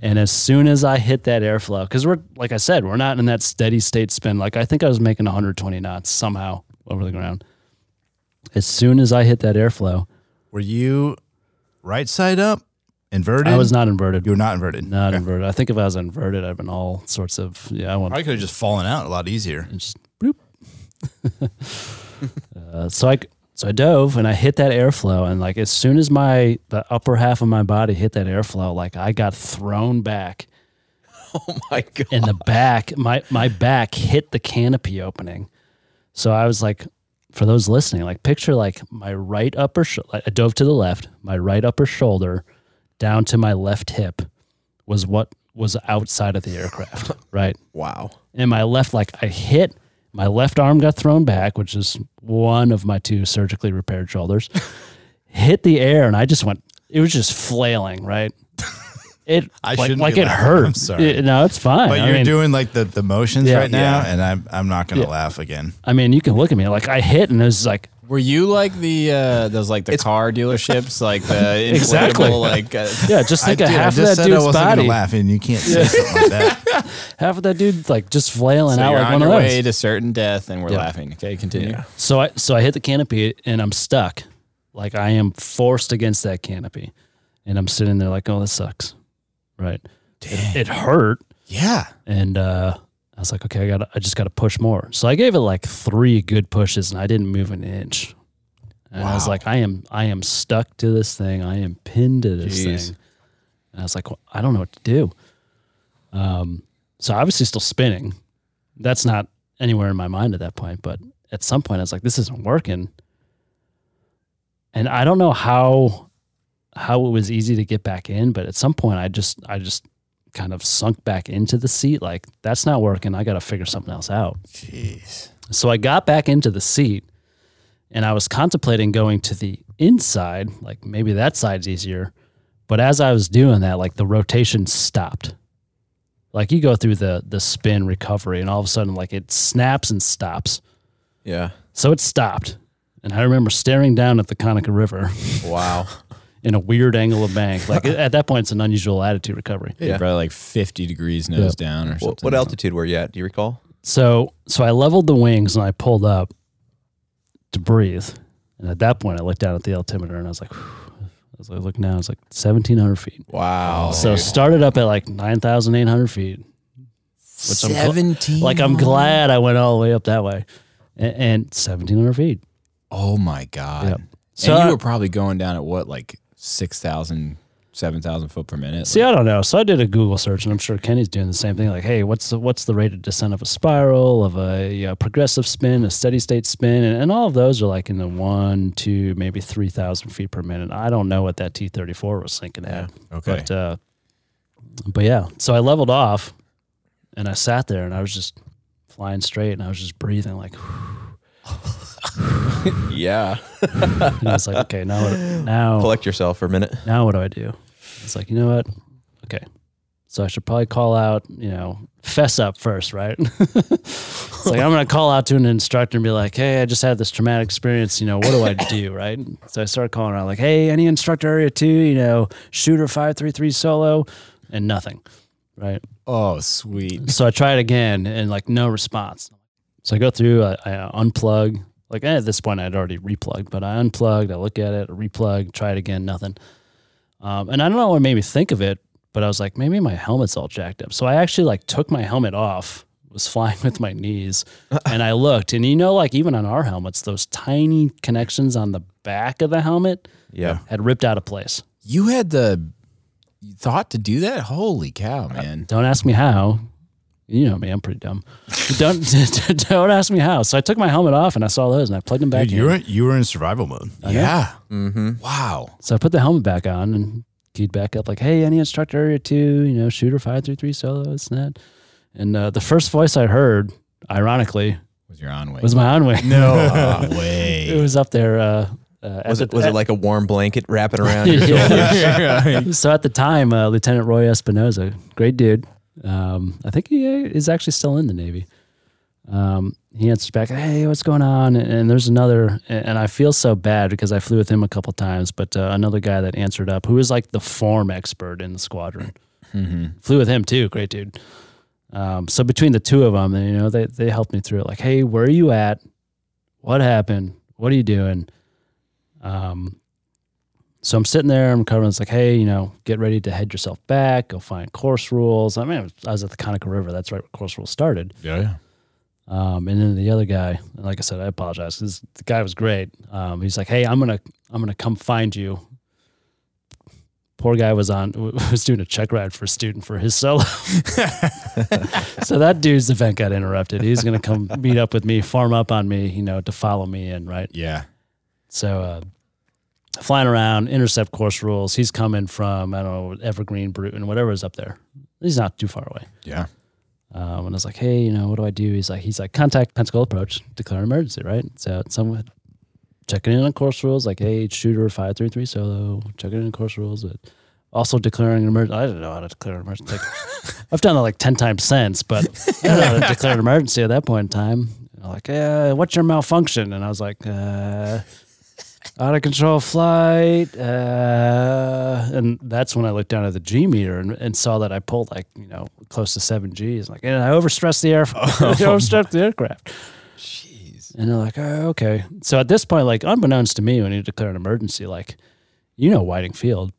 Speaker 5: And as soon as I hit that airflow, because we're, like I said, we're not in that steady state spin. Like I think I was making 120 knots somehow over the ground. As soon as I hit that airflow,
Speaker 2: Were you right side up, inverted?
Speaker 5: I was not inverted.
Speaker 2: You were not inverted.
Speaker 5: Not inverted. I think if I was inverted, I'd been all sorts of, yeah, I want
Speaker 2: I could have just fallen out a lot easier.
Speaker 5: and just bloop. uh, so I so I dove and I hit that airflow and like as soon as my the upper half of my body hit that airflow, like I got thrown back
Speaker 3: Oh my god.
Speaker 5: and the back my my back hit the canopy opening. So I was like, for those listening, like picture like my right upper sh- I dove to the left, my right upper shoulder down to my left hip was what was outside of the aircraft, right?
Speaker 3: Wow.
Speaker 5: and my left like I hit my left arm got thrown back, which is one of my two surgically repaired shoulders. hit the air and I just went it was just flailing, right? It
Speaker 2: I
Speaker 5: like,
Speaker 2: shouldn't
Speaker 5: like
Speaker 2: be
Speaker 5: it
Speaker 2: laughing.
Speaker 5: hurts.
Speaker 2: I'm sorry.
Speaker 5: It- no, it's fine.
Speaker 2: But
Speaker 5: I
Speaker 2: you're
Speaker 5: mean,
Speaker 2: doing like the, the motions
Speaker 5: Yeah.
Speaker 2: right now,
Speaker 1: Yeah.
Speaker 2: and I'm I'm not gonna laugh again.
Speaker 5: I mean, you can look at me like I hit and it was like
Speaker 1: Were you like the uh, those like the car dealerships, like the inflatable,
Speaker 5: Exactly.
Speaker 1: like uh,
Speaker 5: yeah, just think of
Speaker 2: Dude,
Speaker 5: half
Speaker 2: I
Speaker 5: of
Speaker 2: just
Speaker 5: that
Speaker 2: said I
Speaker 5: dude's
Speaker 2: wasn't
Speaker 5: body,
Speaker 2: gonna laugh, and you can't say something like that.
Speaker 5: half of that dude like just flailing
Speaker 1: so
Speaker 5: out
Speaker 1: you're
Speaker 5: like
Speaker 1: on
Speaker 5: one
Speaker 1: your
Speaker 5: of those.
Speaker 1: way to certain death, and we're
Speaker 5: Yeah.
Speaker 1: laughing. Okay, continue.
Speaker 5: So I so I hit the canopy and I'm stuck. Like I am forced against that canopy. And I'm sitting there like, oh, this sucks. Right. It, it hurt.
Speaker 2: Yeah,
Speaker 5: And uh I was like, okay, I got I just gotta push more. So I gave it like three good pushes and I didn't move an inch. And I was
Speaker 2: Wow.
Speaker 5: like, I am I am stuck to this thing. I am pinned to
Speaker 1: Jeez.
Speaker 5: this thing. And I was like, well, I don't know what to do. Um so obviously still spinning. That's not anywhere in my mind at that point, but at some point I was like, this isn't working. And I don't know how how it was easy to get back in, but at some point I just I just kind of sunk back into the seat like that's not working. I got to figure something else out.
Speaker 1: Jeez.
Speaker 5: So I got back into the seat and I was contemplating going to the inside, like maybe that side's easier. But as I was doing that, like the rotation stopped. Like you go through the the spin recovery and all of a sudden like it snaps and stops.
Speaker 3: Yeah.
Speaker 5: So it stopped. And I remember staring down at the Conica River
Speaker 3: Wow.
Speaker 5: in a weird angle of bank. Like at that point it's an unusual attitude recovery.
Speaker 1: Yeah.
Speaker 3: Yeah.
Speaker 1: probably like fifty degrees nose down or something.
Speaker 3: What, what altitude were you at? Do you recall?
Speaker 5: So so I leveled the wings and I pulled up to breathe. And at that point, I looked down at the altimeter and I was like, whew. as I look now, it's like 1,700 feet.
Speaker 3: Wow.
Speaker 5: so started up at like 9,800 feet. Which I'm gl-
Speaker 1: Seventeen.
Speaker 5: like I'm glad I went all the way up that way, A- and, 1,700 feet.
Speaker 1: Oh my god.
Speaker 5: Yep.
Speaker 1: So
Speaker 5: So
Speaker 1: and you
Speaker 5: I-
Speaker 1: were probably going down at what like 6,000, 7,000 foot per minute.
Speaker 5: See, I don't know. So I did a Google search, and I'm sure Kenny's doing the same thing. Like, hey, what's the, what's the rate of descent of a spiral, of a you know, progressive spin, a steady state spin, and, and all of those are like in the one, two, maybe three thousand feet per minute. I don't know what that T34 was thinking at.
Speaker 1: okay.
Speaker 5: But uh, but yeah, so I leveled off, and I sat there, and I was just flying straight, and I was just breathing like,
Speaker 3: Yeah.
Speaker 5: and I was like, okay, now what, now
Speaker 3: Collect yourself for a minute.
Speaker 5: now what do I do? It's like, you know what? Okay. So I should probably call out, you know, fess up first, right? it's like I'm gonna call out to an instructor and be like, hey, I just had this traumatic experience, you know, what do I do? Right. So I start calling out like, hey, any instructor area two, you know, shooter five three three solo and nothing. Right.
Speaker 1: oh, sweet.
Speaker 5: So I try it again and like no response. So I go through, I, I unplug. Like eh, at this point, I'd already replugged, but I unplugged. I look at it, replug, try it again, nothing. Um, and I don't know what made me think of it, but I was like, maybe my helmet's all jacked up. So I actually like took my helmet off, was flying with my knees, and I looked, and you know, like even on our helmets, those tiny connections on the back of the helmet
Speaker 3: Yeah.
Speaker 5: had ripped out of place.
Speaker 1: You had the thought to do that? Holy cow, man.
Speaker 5: Don't ask me how. You know me, I'm pretty dumb. don't don't ask me how. So I took my helmet off and I saw those and I plugged them back
Speaker 2: Dude,
Speaker 5: in.
Speaker 2: you were you were in survival mode.
Speaker 1: yeah.
Speaker 3: Mm-hmm.
Speaker 1: Wow.
Speaker 5: So I put the helmet back on and keyed back up, like, hey, any instructor area two, you know, shooter five three three solo, it's that. And uh, the first voice I heard, ironically,
Speaker 1: Was your on way?
Speaker 5: was my own way.
Speaker 1: no
Speaker 5: it
Speaker 1: way.
Speaker 5: was up there. Uh, uh,
Speaker 3: Was
Speaker 5: at
Speaker 3: it
Speaker 5: the-
Speaker 3: was it
Speaker 5: at-
Speaker 3: like a warm blanket wrapping around your
Speaker 5: Yeah.
Speaker 3: shoulders?
Speaker 5: so at the time, uh, Lieutenant Roy Espinoza, great dude. Um, I think he is actually still in the Navy. Um, he answers back, "Hey, what's going on?" And, and there's another, and I feel so bad because I flew with him a couple times, but uh, another guy that answered up, who was like the form expert in the squadron, flew with him too. Great dude. Um, so between the two of them, you know, they they helped me through it. Like, hey, where are you at? What happened? What are you doing? Um, so I'm sitting there, I'm covering. It's like, hey, you know, get ready to head yourself back, go find course rules. I mean, I was- I was at the Conica River. That's right where course rules started.
Speaker 1: yeah.
Speaker 5: Um, and then the other guy, and like I said, I apologize. 'cause the guy was great. Um, he's like, hey, I'm gonna, I'm gonna come find you. Poor guy was on, was doing a check ride for a student for his solo. so that dude's event got interrupted. He's gonna come meet up with me, farm up on me, you know, to follow me in, right?
Speaker 1: Yeah.
Speaker 5: So uh, flying around, intercept course rules. He's coming from I don't know Evergreen, Bruton, whatever is up there. He's not too far away.
Speaker 1: Yeah.
Speaker 5: Um, and I was like, hey, you know, what do I do? He's like, he's like, contact Pensacola Approach, declare an emergency, right? So someone checking in on course rules, like, hey, shooter five three three solo, checking in on course rules, but also declaring an emergency. I didn't know how to declare an emergency. Like, I've done it like ten times since, but I don't know how to declare an emergency at that point in time. And I'm like, uh, what's your malfunction? And I was like, uh, out of control flight. Uh, and that's when I looked down at the G meter and, and saw that I pulled like, you know, close to seven Gs. Like, and I overstressed the air, I overstressed the aircraft. Jeez. And they're like, oh, okay. So at this point, like, unbeknownst to me, when you declare an emergency, like, you know, Whiting Field,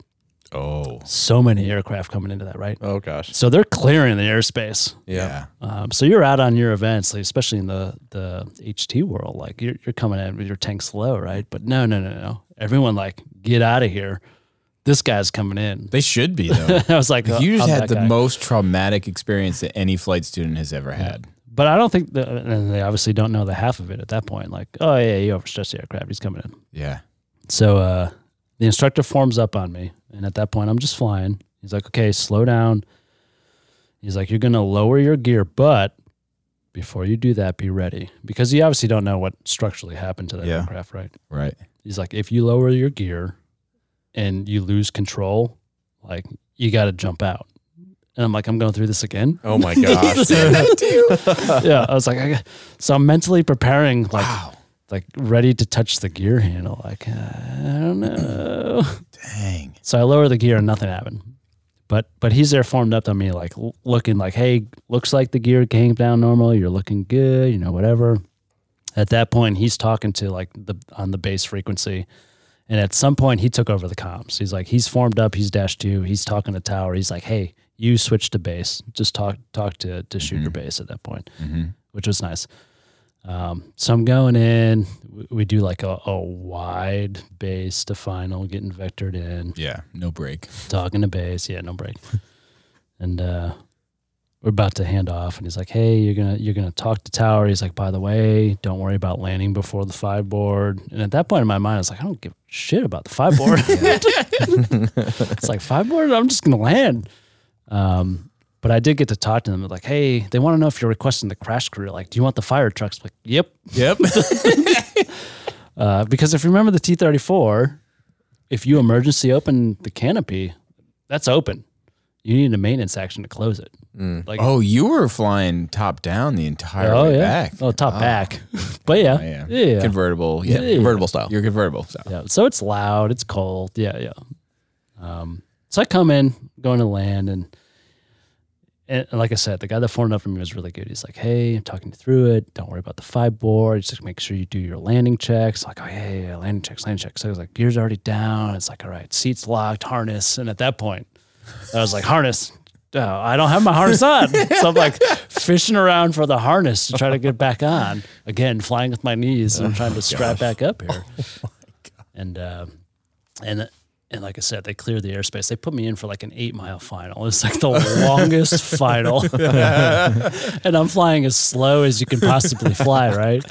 Speaker 1: Oh.
Speaker 5: so many aircraft coming into that, right?
Speaker 3: Oh gosh.
Speaker 5: So they're clearing the airspace.
Speaker 1: Yeah.
Speaker 5: Um, so you're out on your events, like, especially in the the HT world. Like you're you're coming in with your tank slow, right? But no, no, no, no. Everyone like get out of here. This guy's coming in.
Speaker 1: They should be though.
Speaker 5: I was like, "Uh,
Speaker 1: you just
Speaker 5: "I'm
Speaker 1: had
Speaker 5: that
Speaker 1: the
Speaker 5: guy."
Speaker 1: most traumatic experience that any flight student has ever had.
Speaker 5: But I don't think that, and they obviously don't know the half of it at that point. Like, oh yeah, you overstressed the aircraft. He's coming in.
Speaker 1: Yeah.
Speaker 5: So uh, the instructor forms up on me, and at that point, I'm just flying. He's like, "Okay, slow down." He's like, "You're gonna lower your gear, but before you do that, be ready because you obviously don't know what structurally happened to that
Speaker 2: Yeah.
Speaker 5: aircraft, right?"
Speaker 1: Right.
Speaker 5: He's like, "If you lower your gear and you lose control, like you got to jump out." And I'm like, "I'm going through this again."
Speaker 3: Oh my gosh.
Speaker 5: yeah, I was like, I, so I'm mentally preparing, like, like ready to touch the gear handle. Like, I don't know.
Speaker 1: Dang.
Speaker 5: So I lower the gear and nothing happened. But but he's there formed up on me, like l- looking like, hey, looks like the gear came down normal. You're looking good, you know, whatever. At that point, he's talking to like the on the base frequency. And at some point, he took over the comms. He's like, he's formed up. He's dash two. He's talking to tower. He's like, hey, you switch to base. Just talk talk to to shooter base at that point, which was nice. Um, so I'm going in. We, we do like a, a wide base to final, getting vectored in
Speaker 1: Yeah. No break.
Speaker 5: talking to bass. Yeah, no break. and uh, we're about to hand off, and he's like, "Hey, you're gonna you're gonna talk to Tower." He's like, "By the way, don't worry about landing before the five board." And at that point in my mind, I was like, "I don't give a shit about the five board." it's like five board. I'm just gonna land. Um, but I did get to talk to them. Like, hey, they want to know if you're requesting the crash crew. Like, do you want the fire trucks? Like, yep.
Speaker 1: Yep.
Speaker 5: Uh, because if you remember the T thirty four, if you emergency open the canopy, that's open. You need a maintenance action to close it. Like
Speaker 1: oh, you were flying top down the entire way back. Oh,
Speaker 5: oh top back. but yeah,
Speaker 1: yeah.
Speaker 5: yeah, yeah.
Speaker 1: Convertible. Yeah.
Speaker 5: Yeah.
Speaker 3: Convertible style.
Speaker 1: Your convertible. So.
Speaker 5: Yeah, So it's loud, it's cold. Yeah, yeah. Um, so I come in, going to land, and and like I said, the guy that phoned up for me was really good. He's like, "Hey, I'm talking you through it. Don't worry about the five board. Just make sure you do your landing checks." Like, "Oh yeah, yeah, yeah, landing checks, landing checks." So I was like, "Gear's already down." It's like, "All right, seats locked, harness." And at that point, I was like, "Harness." Oh, I don't have my harness on, so I'm like fishing around for the harness to try to get back on. Again, flying with my knees and trying to strap back up here. And uh, and and like I said, they cleared the airspace. They put me in for like an eight mile final. It's like the longest final, and I'm flying as slow as you can possibly fly. Right?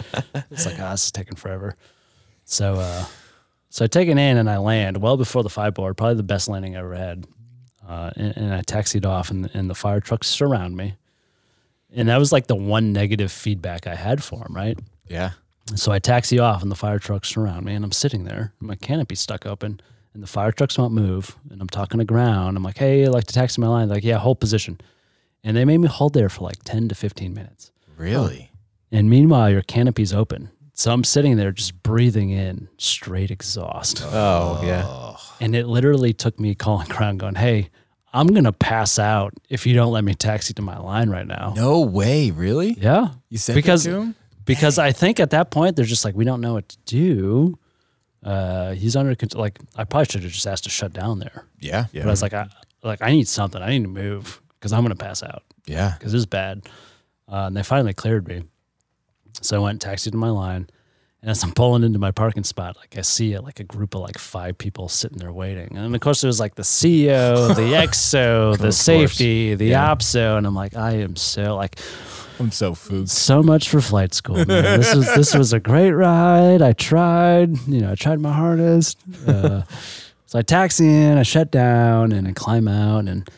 Speaker 5: It's like, ah, this is taking forever. So, uh, so I take it in and I land well before the five board. Probably the best landing I ever had. Uh, and, and I taxied off, and, and the fire trucks surround me. And that was like the one negative feedback I had for him, right?
Speaker 1: Yeah.
Speaker 5: So I taxi off, and the fire trucks surround me, and I'm sitting there, and my canopy's stuck open, and the fire trucks won't move, and I'm talking to ground. I'm like, "Hey, I'd like to taxi my line." They're like, "Yeah, hold position," and they made me hold there for like ten to fifteen minutes.
Speaker 1: Really?
Speaker 5: And meanwhile, your canopy's open, so I'm sitting there just breathing in straight exhaust,
Speaker 3: Oh, yeah.
Speaker 5: and it literally took me calling ground, going, "Hey, I'm gonna pass out if you don't let me taxi to my line right now."
Speaker 1: No way. Really?
Speaker 5: Yeah,
Speaker 1: You said
Speaker 5: Because-
Speaker 1: that to him?
Speaker 5: because I think at that point they're just like, we don't know what to do. Uh, he's under control. Like I probably should have just asked to shut down there,
Speaker 1: Yeah.
Speaker 5: but I was like, I like I need something. I need to move because I'm gonna pass out
Speaker 1: Yeah.
Speaker 5: because it's bad. Uh, and they finally cleared me, so I went taxi to my line. And as I'm pulling into my parking spot, like I see uh like a group of like five people sitting there waiting. And of course, there was like the CEO, the XO, the safety, the OPSO, and I'm like, I am so like
Speaker 1: I'm so food.
Speaker 5: so much for flight school. Man. This was this was a great ride. I tried, you know, I tried my hardest. Uh, so I taxi in, I shut down, and I climb out. And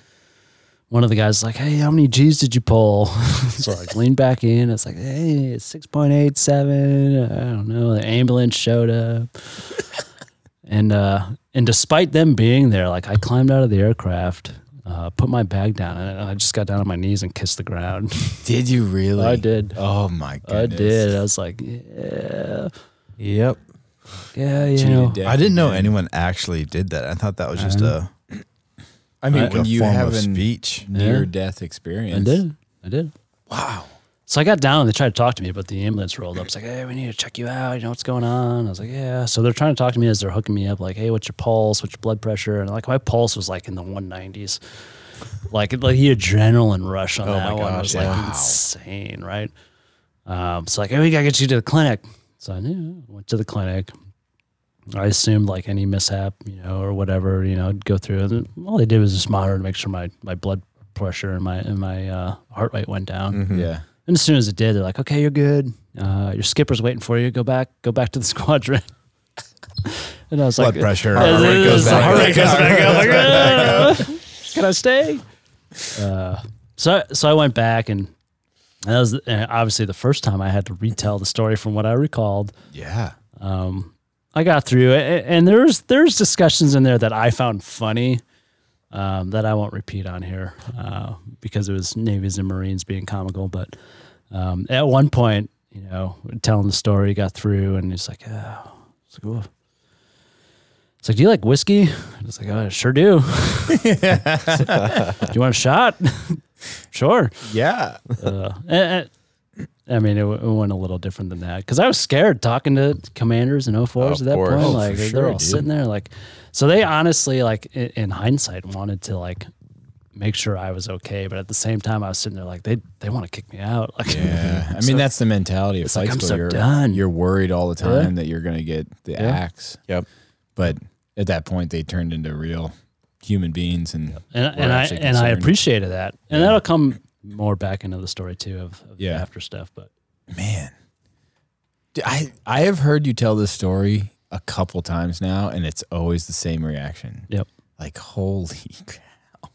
Speaker 5: one of the guys is like, "Hey, how many G's did you pull?" so I lean back in. It's like, "Hey, it's six point eight seven. I don't know." The ambulance showed up, and uh, and despite them being there, like I climbed out of the aircraft. Uh, put my bag down and I just got down on my knees and kissed the ground.
Speaker 1: Did you really?
Speaker 5: I did.
Speaker 1: Oh my
Speaker 5: I
Speaker 1: goodness.
Speaker 5: did. I was like, yeah,
Speaker 3: Yep.
Speaker 5: yeah, you
Speaker 1: Cheated
Speaker 5: know.
Speaker 1: death.
Speaker 2: I didn't know anyone actually did that. I thought that was just
Speaker 5: Uh-huh.
Speaker 2: a,
Speaker 1: I mean,
Speaker 2: like
Speaker 1: when
Speaker 2: a
Speaker 1: you
Speaker 2: form
Speaker 1: have
Speaker 2: of
Speaker 1: a
Speaker 2: speech.
Speaker 1: near death experience.
Speaker 5: I did. Mm-hmm. I did.
Speaker 1: Wow.
Speaker 5: So I got down and they tried to talk to me, but the ambulance rolled up. It's like, hey, we need to check you out. You know what's going on? I was like, yeah. So they're trying to talk to me as they're hooking me up, like, hey, what's your pulse? What's your blood pressure? And like, my pulse was like in the 190s. Like, like the adrenaline rush on that
Speaker 3: Oh my
Speaker 5: one
Speaker 3: gosh,
Speaker 5: was
Speaker 3: yeah.
Speaker 5: like insane, right? Um, so like, hey, we gotta get you to the clinic. So I knew, went to the clinic. I assumed like any mishap, you know, or whatever, you know, I'd go through. And all they did was just monitor to make sure my my blood pressure and my and my uh, heart rate went down.
Speaker 1: Yeah.
Speaker 5: And as soon as it did, they're like, "Okay, you're good. Uh, your skipper's waiting for you. Go back. Go back to the squadron." and I was
Speaker 2: Blood
Speaker 5: like,
Speaker 2: pressure.
Speaker 5: "Uh,
Speaker 2: heart rate goes
Speaker 5: the
Speaker 2: back
Speaker 5: heart
Speaker 2: up.
Speaker 5: rate goes back up." I'm like, "Uh, Can I stay? Uh, so so I went back and. and that was and obviously the first time I had to retell the story from what I recalled.
Speaker 2: Yeah.
Speaker 5: Um, I got through it, and there's there's discussions in there that I found funny um, that I won't repeat on here uh, because it was navies and marines being comical. But um, at one point, you know, telling the story, got through, and he's like, "Oh, it's like, "Whoa." It's like, do you like whiskey? I was like, oh, I sure do. do you want a shot? sure.
Speaker 1: Yeah.
Speaker 5: Uh, eh, eh, I mean, it, w- it went a little different than that because I was scared talking to commanders and 04s at
Speaker 3: Of
Speaker 5: that
Speaker 3: course.
Speaker 5: point.
Speaker 3: Oh,
Speaker 5: like
Speaker 1: for
Speaker 5: they're
Speaker 1: sure,
Speaker 5: all
Speaker 1: dude.
Speaker 5: sitting there, like so they honestly, like in, in hindsight, wanted to like make sure I was okay, but at the same time, I was sitting there like they they want to kick me out. Like,
Speaker 1: Yeah. I mean, that's the mentality of
Speaker 5: Mm-hmm. It's
Speaker 1: flight
Speaker 5: like, I'm
Speaker 1: school.
Speaker 5: so
Speaker 1: you're,
Speaker 5: done.
Speaker 1: you're worried all the
Speaker 5: Yeah.
Speaker 1: time that you're going to get the axe.
Speaker 3: Yep.
Speaker 1: But at that point, they turned into real human beings. And
Speaker 5: and,
Speaker 1: We're
Speaker 5: and I
Speaker 1: actually
Speaker 5: and I
Speaker 1: concerned.
Speaker 5: appreciated that, and that'll come more back into the story too of, of
Speaker 1: Yeah.
Speaker 5: the after stuff. But
Speaker 1: man, D- I, I have heard you tell this story a couple times now, and it's always the same reaction.
Speaker 5: yep.
Speaker 1: Like, holy crap.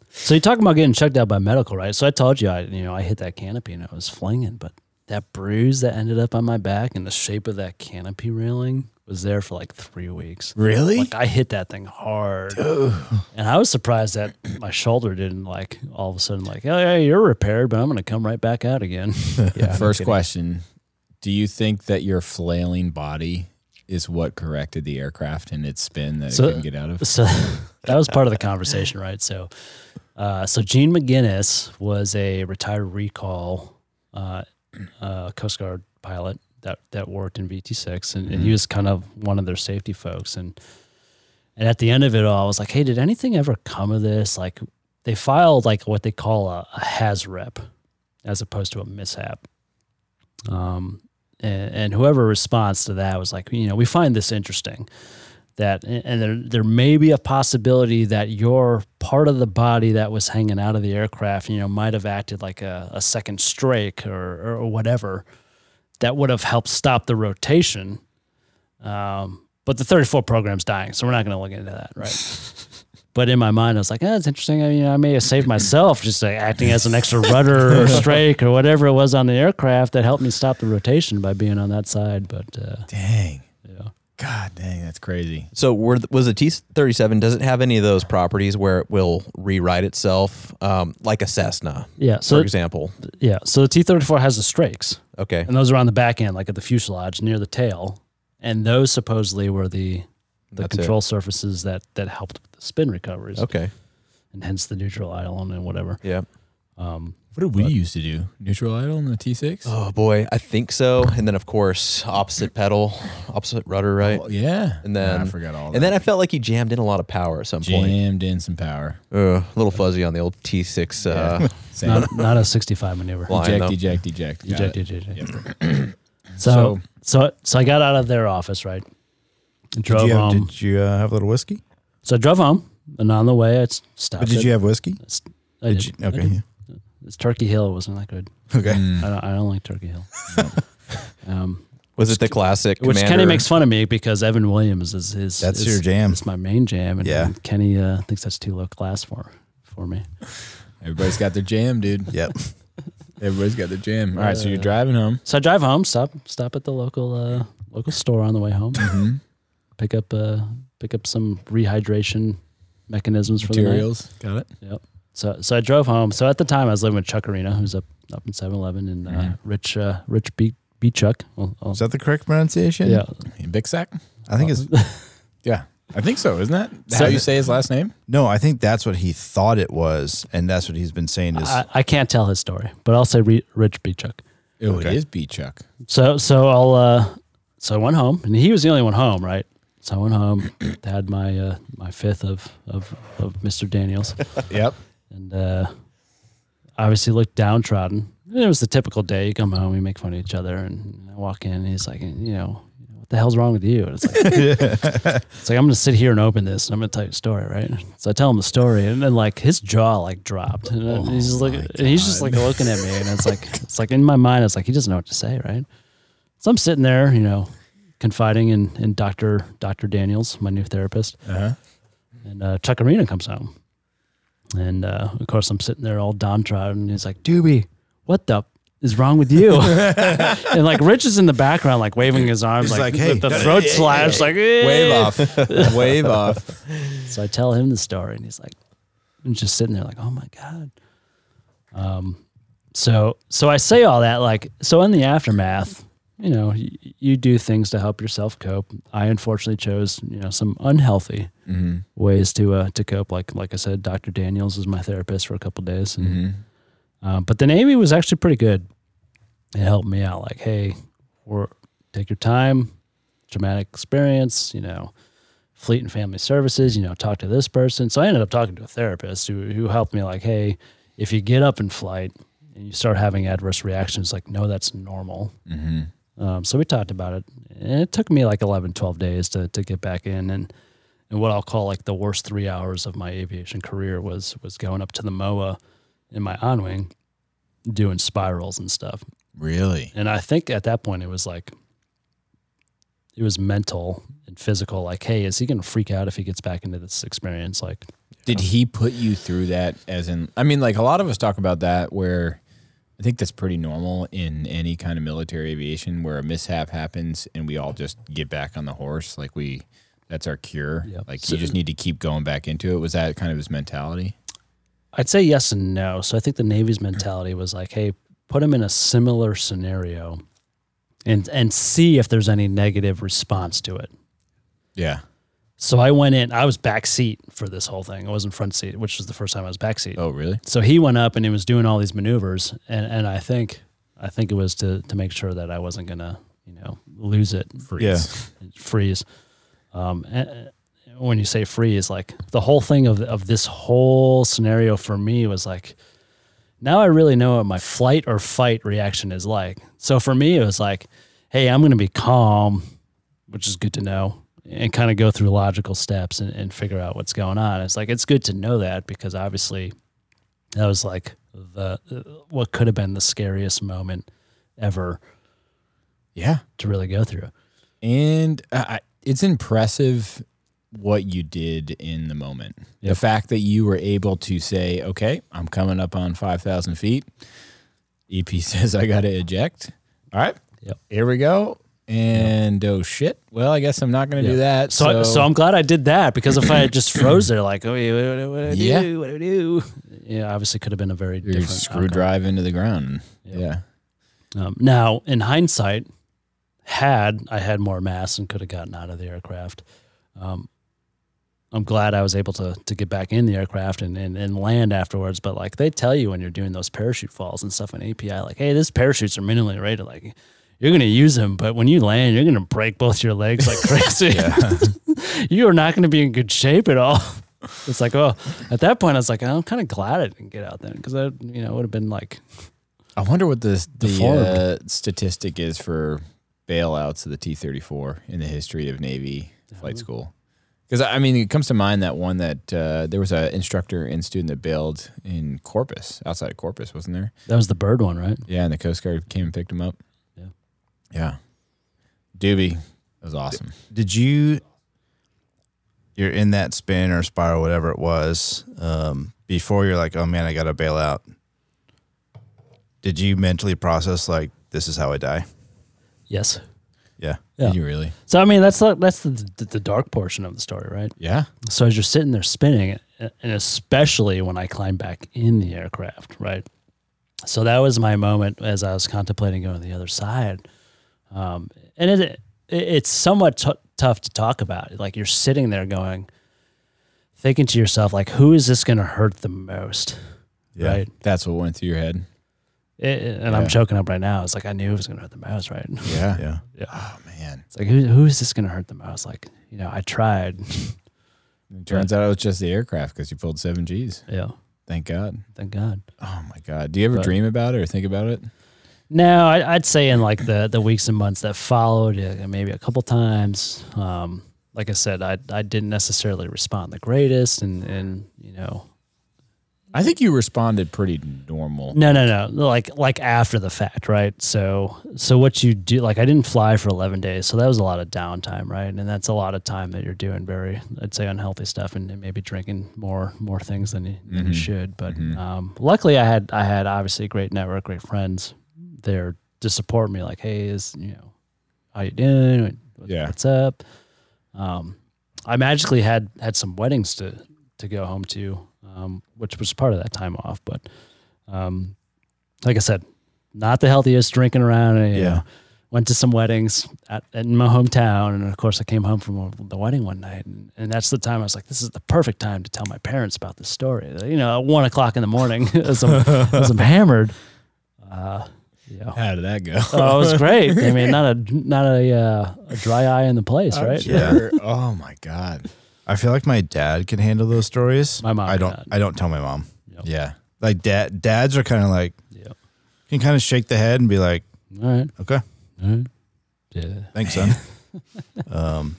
Speaker 5: So you're talking about getting checked out by medical, right? So I told you, I you know, I hit that canopy and I was flinging, but that bruise that ended up on my back and the shape of that canopy railing was there for like three weeks.
Speaker 1: Really?
Speaker 5: Like I hit that thing hard, and I was surprised that my shoulder didn't like all of a sudden like, oh yeah, you're repaired, but I'm gonna come right back out again.
Speaker 1: First question Do you think that your flailing body is what corrected the aircraft in its spin that
Speaker 5: So-
Speaker 1: it couldn't get out of?
Speaker 5: so that was part of the conversation, right? So Uh, so Gene McGinnis was a retired recall uh, uh, Coast Guard pilot that that worked in VT6, and, and he was kind of one of their safety folks. And and at the end of it all, I was like, hey, did anything ever come of this? Like they filed like what they call a, a has rep, as opposed to a mishap. Um, and, and whoever responds to that was like, you know, we find this interesting that and there, there may be a possibility that your part of the body that was hanging out of the aircraft you know might have acted like a, a second strake or, or whatever that would have helped stop the rotation um, but the 34 program's dying so we're not going to look into that right but in my mind i was like oh, that's interesting i mean i may have saved myself just like, acting as an extra rudder or strake or whatever it was on the aircraft that helped me stop the rotation by being on that side but uh,
Speaker 1: Dang.
Speaker 5: Yeah.
Speaker 1: God dang, that's crazy.
Speaker 3: So were, th- was a T thirty seven? Does it have any of those properties where it will rewrite itself, um, like a Cessna,
Speaker 5: yeah
Speaker 3: for
Speaker 5: so
Speaker 3: example?
Speaker 5: yeah so the t-34 has the strakes
Speaker 3: Okay,
Speaker 5: and those are on the back end, like at the fuselage near the tail, and those supposedly were the the
Speaker 3: That's it.
Speaker 5: control surfaces that that helped with the spin recoveries,
Speaker 3: okay,
Speaker 5: and hence the neutral idle and whatever.
Speaker 3: yeah.
Speaker 5: Um,
Speaker 1: What did we used to do? Neutral idle in the T6?
Speaker 3: Oh boy, I think so. And then of course opposite pedal, opposite rudder, right?
Speaker 1: Well, yeah.
Speaker 3: And then
Speaker 1: I forgot all that.
Speaker 3: And then I felt like he jammed in a lot of power at some point.
Speaker 1: jammed in some power.
Speaker 3: Ugh, a little fuzzy on the old T six. Uh,
Speaker 1: Same.
Speaker 5: not, not a 65 maneuver.
Speaker 3: Line.
Speaker 1: eject,
Speaker 3: though.
Speaker 1: eject, eject, Got
Speaker 5: Eject,
Speaker 1: it.
Speaker 5: eject, eject. So, so so I got out of their office right, and drove
Speaker 2: Did you, have,
Speaker 5: home.
Speaker 2: did you uh, have a little whiskey?
Speaker 5: so I drove home, and on the way I s- stopped.
Speaker 2: But did
Speaker 5: at-
Speaker 2: you have whiskey?
Speaker 5: I s- I
Speaker 2: Did
Speaker 5: did.
Speaker 2: you?
Speaker 5: I
Speaker 2: Okay.
Speaker 5: did.
Speaker 2: yeah.
Speaker 5: It's Turkey Hill. It wasn't that good.
Speaker 2: Okay.
Speaker 1: Mm.
Speaker 5: I don't, I don't like Turkey Hill. um,
Speaker 3: was it the classic?
Speaker 5: Which Kenny
Speaker 3: Commander?
Speaker 5: makes fun of me because Evan Williams is his.
Speaker 2: That's
Speaker 5: is-
Speaker 2: your jam.
Speaker 5: It's my main jam, and
Speaker 2: Yeah.
Speaker 5: Kenny uh, thinks that's too low class for for me.
Speaker 1: Everybody's got their jam, dude.
Speaker 2: Yep.
Speaker 1: Everybody's got their jam. All right, so you're driving home.
Speaker 5: So I drive home, stop stop at the local uh, local store on the way home,
Speaker 1: Mm-hmm.
Speaker 5: pick up uh, pick up some rehydration mechanisms for
Speaker 1: Materials. Got it.
Speaker 5: the night. Yep. So so I drove home. So at the time I was living with Chuck Arena, who's up up in 7-Eleven, and uh, Rich uh, Rich B B Chuck. Well, I'll-
Speaker 2: Is that the correct pronunciation?
Speaker 5: yeah,
Speaker 1: In Big Sack?
Speaker 2: I think it's
Speaker 1: Yeah. I think so, isn't that how you say his last name?
Speaker 2: no. I think that's what he thought it was, and that's what he's been saying is
Speaker 5: I, I can't tell his story, but I'll say re- Rich B Chuck.
Speaker 1: Oh, it
Speaker 2: Okay.
Speaker 1: is B Chuck.
Speaker 5: So so I'll uh so I went home and he was the only one home, right? So I went home, had my uh my fifth of of, of Mr. Daniels
Speaker 1: Yep.
Speaker 5: and uh obviously looked downtrodden. And it was the typical day. You come home, we make fun of each other and I walk in and he's like, you know, what the hell's wrong with you? And it's like It's like I'm gonna sit here and open this and I'm gonna tell you a story, right? So I tell him the story and then like his jaw like dropped. And then he's
Speaker 2: Oh
Speaker 5: just looking and he's just like looking at me and it's like it's like in my mind, it's like he doesn't know what to say, right? So I'm sitting there, you know, confiding in, in Dr. Dr. Daniels, my new therapist.
Speaker 2: Uh-huh.
Speaker 5: And uh, Chuck Arena comes home. And uh, of course, I'm sitting there all downtrodden. And he's like, Doobie, what the f- is wrong with you? and like Rich is in the background, like waving his arms, like,
Speaker 2: like, hey,
Speaker 5: with the throat slash, like,
Speaker 1: Wave
Speaker 5: "Eh."
Speaker 1: off. Wave off.
Speaker 5: So I tell him the story, and he's like, I'm just sitting there, like, oh my god. Um, so so I say all that, like, so in the aftermath, you know, you, you do things to help yourself cope. I unfortunately chose, you know, some unhealthy ways to uh, to cope. Like like I said, Dr. Daniels was my therapist for a couple days, and um, but then Amy was actually pretty good. It helped me out. Like, hey, we're, take your time, traumatic experience, you know, fleet and family services, you know, talk to this person. So I ended up talking to a therapist who, who helped me, like, hey, if you get up in flight and you start having adverse reactions, like, no, that's normal. Um, so we talked about it. And it took me like 11, 12 days to, to get back in. And, and what I'll call like the worst three hours of my aviation career was, was going up to the MOA in my on wing doing spirals and stuff.
Speaker 1: Really?
Speaker 5: And I think at that point it was like it was mental and physical. Like, hey, is he gonna freak out if he gets back into this experience? Like,
Speaker 1: Did he put you through that as in I mean like a lot of us talk about that where I think that's pretty normal in any kind of military aviation where a mishap happens and we all just get back on the horse like we that's our cure.
Speaker 5: Yep.
Speaker 1: Like you just need to keep going back into it. Was that kind of his mentality?
Speaker 5: I'd say yes and no. So I think the Navy's mentality was like, hey, put him in a similar scenario and and see if there's any negative response to it.
Speaker 1: Yeah.
Speaker 5: So I went in. I was back seat for this whole thing. I wasn't front seat, which was the first time I was back seat.
Speaker 1: Oh, really?
Speaker 5: So he went up and he was doing all these maneuvers, and, and I think I think it was to to make sure that I wasn't gonna you know lose it,
Speaker 2: Freeze.
Speaker 5: freeze. Um, and and when you say freeze, like the whole thing of of this whole scenario for me was like, now I really know what my flight or fight reaction is like. So for me, it was like, hey, I'm gonna be calm, which is good to know. And kind of go through logical steps and, and figure out what's going on. It's like it's good to know that because obviously that was like the what could have been the scariest moment ever
Speaker 1: Yeah.
Speaker 5: to really go through.
Speaker 1: And uh, I- it's impressive what you did in the moment. The fact that you were able to say, okay, I'm coming up on 5,000 feet. EP says, I got to eject. All right.
Speaker 5: Yep.
Speaker 1: Here we go. And oh, shit. Well, I guess I'm not going to do that.
Speaker 5: So,
Speaker 1: So,
Speaker 5: so, I'm glad I did that because if I had just froze there, like, oh, what do I do?
Speaker 1: Yeah.
Speaker 5: What do I do? Yeah, obviously could have been a very
Speaker 1: you're
Speaker 5: different
Speaker 1: screw
Speaker 5: outcome.
Speaker 1: drive into the ground. Yeah.
Speaker 5: Um, now, in hindsight, had I had more mass and could have gotten out of the aircraft, um, I'm glad I was able to to get back in the aircraft and, and, and land afterwards. But like they tell you when you're doing those parachute falls and stuff in API, like, hey, these parachutes are minimally rated. Like you're gonna use them, but when you land, you're gonna break both your legs like crazy. you are not gonna be in good shape at all. It's like, oh, at that point, I was like, I'm kind of glad I didn't get out there because I, you know, would have been like
Speaker 1: I wonder what the, the
Speaker 5: Deformed.
Speaker 1: uh, statistic is for bailouts of the T 34 in the history of Navy flight school. Because, I mean, it comes to mind that one that uh, there was an instructor and student that bailed in Corpus, outside of Corpus, wasn't there?
Speaker 5: that was the bird one, right?
Speaker 1: Yeah, and the Coast Guard came and picked him up.
Speaker 5: Yeah.
Speaker 1: Yeah. Doobie. That was awesome.
Speaker 2: Did you? You're in that spin or spiral, whatever it was. Um, before you're like, oh man, I got to bail out. Did you mentally process like this is how I die?
Speaker 5: Yes.
Speaker 2: Yeah.
Speaker 5: Yeah.
Speaker 1: Did you really?
Speaker 5: So I mean, that's like, that's the, the the dark portion of the story, right?
Speaker 1: Yeah.
Speaker 5: So as you're sitting there spinning, and especially when I climbed back in the aircraft, right? So that was my moment as I was contemplating going to the other side, um, and it, it it's somewhat t- tough to talk about. Like you're sitting there going, thinking to yourself, like, who is this going to hurt the most,
Speaker 2: Yeah.
Speaker 5: right?
Speaker 1: That's what went through your head.
Speaker 5: It, and
Speaker 1: Yeah.
Speaker 5: I'm choking up right now. It's like I knew it was going to hurt the most, right?
Speaker 1: Yeah.
Speaker 2: Yeah.
Speaker 1: Oh, man.
Speaker 5: It's like who who is this going to hurt the most? Like you know, I tried.
Speaker 1: It turns out it was just the aircraft because you pulled seven Gs.
Speaker 5: yeah.
Speaker 1: Thank God.
Speaker 5: Thank God.
Speaker 1: Oh, my God. Do you ever
Speaker 5: But-
Speaker 1: dream about it or think about it?
Speaker 5: No, I, I'd say in like the the weeks and months that followed, uh, maybe a couple times. Um, like I said, I I didn't necessarily respond the greatest, and and you know,
Speaker 1: I think you responded pretty normal.
Speaker 5: no, no, no, like like after the fact, right? So so what you do, like I didn't fly for eleven days, so that was a lot of downtime, right? And that's a lot of time that you're doing very, I'd say, unhealthy stuff, and, and maybe drinking more more things than you, than you should. But um, luckily, I had I had obviously a great network, great friends there to support me. Like, hey, is you know. how you doing? What-
Speaker 1: Yeah.
Speaker 5: What's up? Um, I magically had had some weddings to to go home to, um, which was part of that time off. But um, like I said, not the healthiest drinking around. And, yeah.
Speaker 2: Yeah.
Speaker 5: went to some weddings at, in my hometown, and of course, I came home from the wedding one night, and, and that's the time I was like, "This is the perfect time to tell my parents about this story." Uh, You know, at one o'clock in the morning, as I'm, as I'm hammered. Uh, yeah.
Speaker 1: How did that go?
Speaker 5: Oh, it was great. I mean, not a not a, uh, a dry eye in the place, right?
Speaker 1: Sure. oh my god.
Speaker 2: I feel like my dad can handle those stories.
Speaker 5: My mom
Speaker 2: I don't.
Speaker 5: cannot.
Speaker 2: I don't tell my mom.
Speaker 1: Yeah.
Speaker 2: Like dad. Dads are kind of like
Speaker 5: Yeah.
Speaker 2: can kind of shake the head and be like,
Speaker 5: All right.
Speaker 2: okay,
Speaker 5: Yeah.
Speaker 2: thanks, son. um,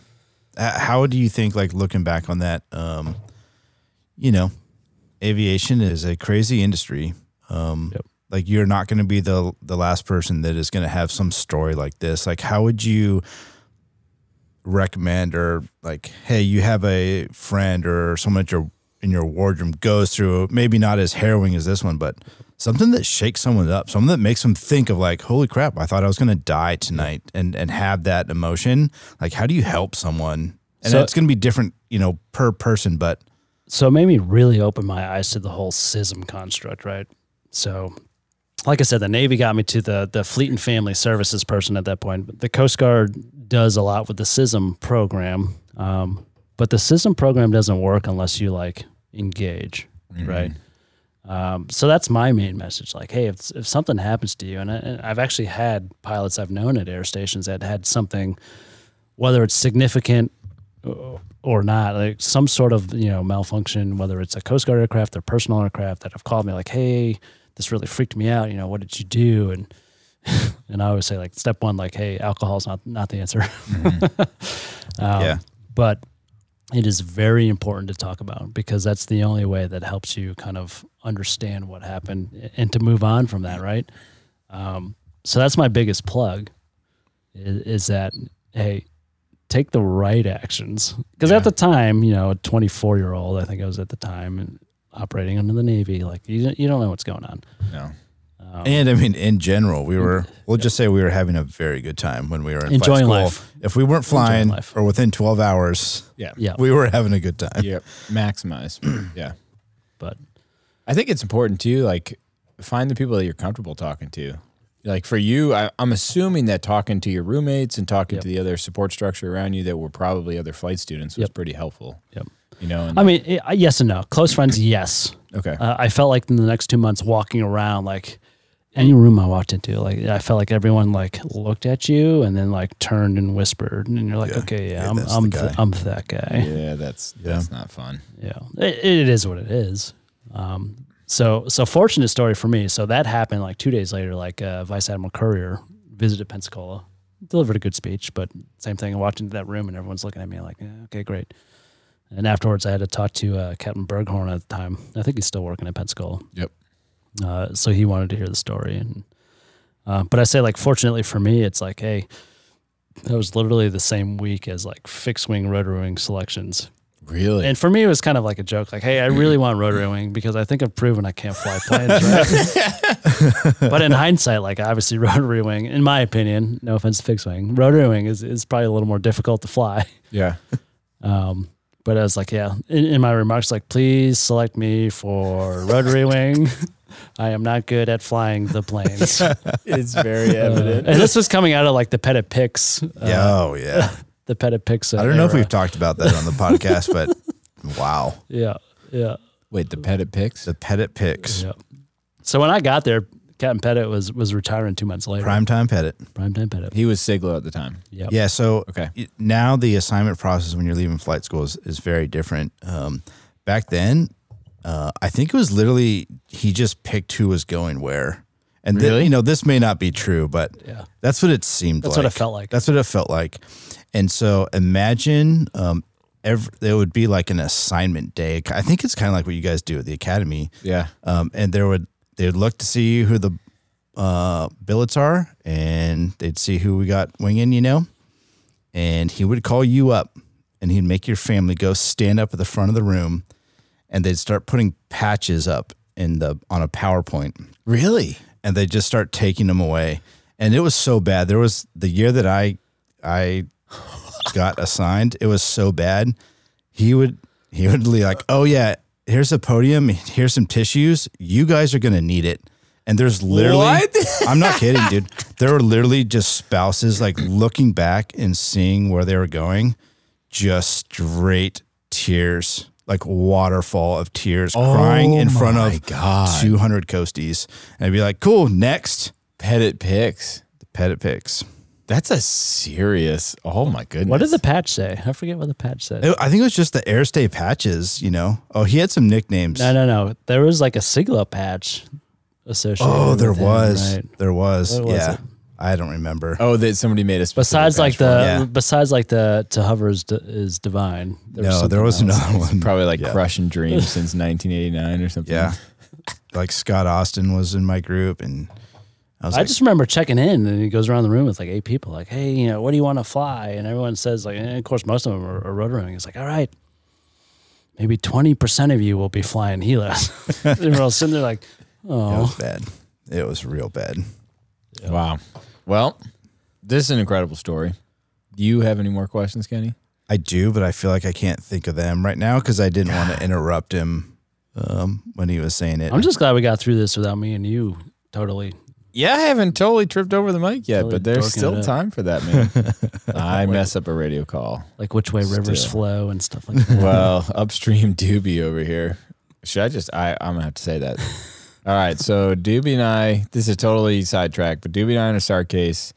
Speaker 2: h- how do you think like looking back on that? Um, you know, aviation is a crazy industry. Um,
Speaker 5: Yep.
Speaker 2: like you're not going to be the the last person that is going to have some story like this. Like, how would you? recommend or like hey you have a friend or someone at your in your wardrobe goes through maybe not as harrowing as this one but something that shakes someone up something that makes them think of like holy crap i thought i was going to die tonight and and have that emotion like how do you help someone and
Speaker 5: So-
Speaker 2: it's going to be different you know per person but
Speaker 5: so it made me really open my eyes to the whole schism construct, right? So, like I said, the Navy got me to the the Fleet and Family Services person at that point. But the Coast Guard does a lot with the schism program. Um, But the system program doesn't work unless you like engage, right? Um, so that's my main message. Like, hey, if, if something happens to you, and, I, and I've actually had pilots I've known at air stations that had something, whether it's significant or not, like some sort of you know malfunction, whether it's a Coast Guard aircraft or personal aircraft, that have called me like, "Hey, this really freaked me out. You know, what did you do?" And and I always say like, step one, like, "Hey, alcohol's not not the answer." um,
Speaker 2: Yeah.
Speaker 5: but it is very important to talk about because that's the only way that helps you kind of understand what happened and to move on from that, right? Um, so that's my biggest plug i- is, that hey, take the right actions because at the time, you know, a 24 year old, I think I was at the time and operating under the Navy, like you don't- you don't know what's going on.
Speaker 1: No.
Speaker 5: Oh.
Speaker 2: And I mean, in general, we were, we'll just say we were having a very good time when we were in flight
Speaker 5: Enjoying
Speaker 2: school.
Speaker 5: life.
Speaker 2: If we weren't flying
Speaker 5: life.
Speaker 2: or within 12 hours,
Speaker 1: Yeah.
Speaker 5: Yeah,
Speaker 2: we were having a good time.
Speaker 1: Yep. Maximize. yeah.
Speaker 5: but
Speaker 1: I think it's important too, like find the people that you're comfortable talking to. Like for you, I, I'm assuming that talking to your roommates and talking to the other support structure around you that were probably other flight students was
Speaker 5: Yep.
Speaker 1: pretty helpful.
Speaker 5: Yep.
Speaker 1: You know, and
Speaker 5: I mean, i- yes and no. Close friends, yes.
Speaker 1: okay.
Speaker 5: Uh, I felt like in the next two months walking around, like any room I walked into, like I felt like everyone like looked at you and then like turned and whispered, and you're like, okay, yeah,
Speaker 2: Yeah,
Speaker 5: I'm
Speaker 2: that's
Speaker 5: I'm,
Speaker 2: the
Speaker 5: th-
Speaker 2: guy.
Speaker 5: I'm that guy.
Speaker 1: yeah, that's that's not fun.
Speaker 5: Yeah, It, it is what it is. Um, so so fortunate story for me. So that happened like two days later. Like uh, Vice Admiral Courier visited Pensacola, delivered a good speech, but same thing. I walked into that room and everyone's looking at me like, yeah, okay, great. And afterwards, I had to talk to uh, Captain Berghorn at the time. I think he's still working at Pensacola.
Speaker 1: Yep.
Speaker 5: Uh, so he wanted to hear the story, and uh, but I say like, fortunately for me, it's like, hey, that was literally the same week as like fixed wing rotor wing selections.
Speaker 1: Really?
Speaker 5: And for me, it was kind of like a joke, like, "Hey, I
Speaker 2: Mm-hmm.
Speaker 5: really want rotary wing because I think I've proven I can't fly planes." Right? but in hindsight, like obviously, rotary wing, in my opinion, no offense to fixed wing, rotary wing is is probably a little more difficult to fly.
Speaker 1: yeah.
Speaker 5: Um, but I was like, yeah, in, in my remarks, like, please select me for rotary wing. I am not good at flying the planes. Uh,
Speaker 1: It's very
Speaker 5: and this was coming out of like the Petit Picks, uh,
Speaker 2: Yeah. Oh, yeah.
Speaker 5: the Petit Picks.
Speaker 2: I don't know if we've talked about that on the podcast, but wow.
Speaker 5: yeah, yeah.
Speaker 1: Wait, the pettit picks?
Speaker 2: The Pettit picks.
Speaker 5: Yeah. So when I got there, Captain Pettit was was retiring two months later. Prime,
Speaker 2: Primetime Pettit.
Speaker 5: time Pettit.
Speaker 1: He was Siglo at the time.
Speaker 5: Yep.
Speaker 2: Yeah. So
Speaker 1: Okay.
Speaker 2: y- now the assignment process when you're leaving flight school is, is very different. Um, back then, uh, I think it was literally he just picked who was going where. And really? you know, this may not be true, but
Speaker 5: Yeah.
Speaker 2: that's what it seemed
Speaker 5: That's
Speaker 2: like.
Speaker 5: what it felt like.
Speaker 2: That's what it felt like. And so imagine um, every, it would be like an assignment day. I think it's kind of like what you guys do at the academy
Speaker 1: Yeah.
Speaker 2: um, and there would they'd look to see who the uh, billets are, and they'd see who we got winging, you know. And he would call you up, and he'd make your family go stand up at the front of the room, and they'd start putting patches up in the on a PowerPoint. Really? And they just start taking them away, and it was so bad. There was the year that I I got assigned. It was so bad. He would he would be like, "Oh yeah, here's a podium. Here's some tissues. You guys are gonna need it." And there's literally, I'm not kidding, dude. There were literally just spouses like looking back and seeing where they were going, just straight tears, like waterfall of tears, crying in front
Speaker 1: Oh my
Speaker 2: of
Speaker 1: God.
Speaker 2: 200 coasties. And I'd be like, "Cool, next,
Speaker 1: Pettit picks.
Speaker 2: Pettit picks."
Speaker 1: That's a serious. Oh my goodness.
Speaker 5: What did the patch say? I forget what the patch said.
Speaker 2: It- I think it was just the airstay patches, you know. Oh, he had some nicknames.
Speaker 5: no, no, no. There was like a Sigla patch associated.
Speaker 2: Oh, there
Speaker 5: with him,
Speaker 2: was,
Speaker 5: right?
Speaker 2: there was,
Speaker 5: What was
Speaker 2: yeah.
Speaker 5: it?
Speaker 2: I don't remember.
Speaker 1: Oh, that somebody made a specific
Speaker 5: Besides, like
Speaker 1: patch for
Speaker 5: the
Speaker 2: Yeah.
Speaker 5: besides, like the to hover is, di- is divine.
Speaker 2: no, there was
Speaker 5: something else.
Speaker 2: another one.
Speaker 1: him. probably like
Speaker 2: Yeah.
Speaker 1: crushing dreams since 1989 or something.
Speaker 2: Yeah. like Scott Austin was in my group and I was
Speaker 5: I
Speaker 2: like,
Speaker 5: just remember checking in, and he goes around the room with like eight people, like, "Hey, you know, what do you want to fly?" And everyone says, like, and of course, most of them are, are rotoring. He's like, "All right, maybe twenty percent of you will be flying helos." and we're all sitting there like,
Speaker 2: it
Speaker 5: "Oh,
Speaker 2: was bad. It was real bad.
Speaker 1: Wow. Well, this is an incredible story. Do you have any more questions, Kenny?
Speaker 2: I do, but I feel like I can't think of them right now because I didn't want to interrupt him um, when he was saying it.
Speaker 5: I'm just glad we got through this without me and you totally
Speaker 1: Yeah, I haven't totally tripped over the mic yet,
Speaker 5: Totally
Speaker 1: but there's
Speaker 5: dorking
Speaker 1: still
Speaker 5: it up.
Speaker 1: time for that, man. I mess up a radio call.
Speaker 5: like which way rivers
Speaker 1: Still.
Speaker 5: flow and stuff like that.
Speaker 1: Well, upstream Doobie over here. Should I just? I, I'm gonna have to say that. All right, so Doobie and I. This is totally sidetracked, but Doobie and I in a Starcase,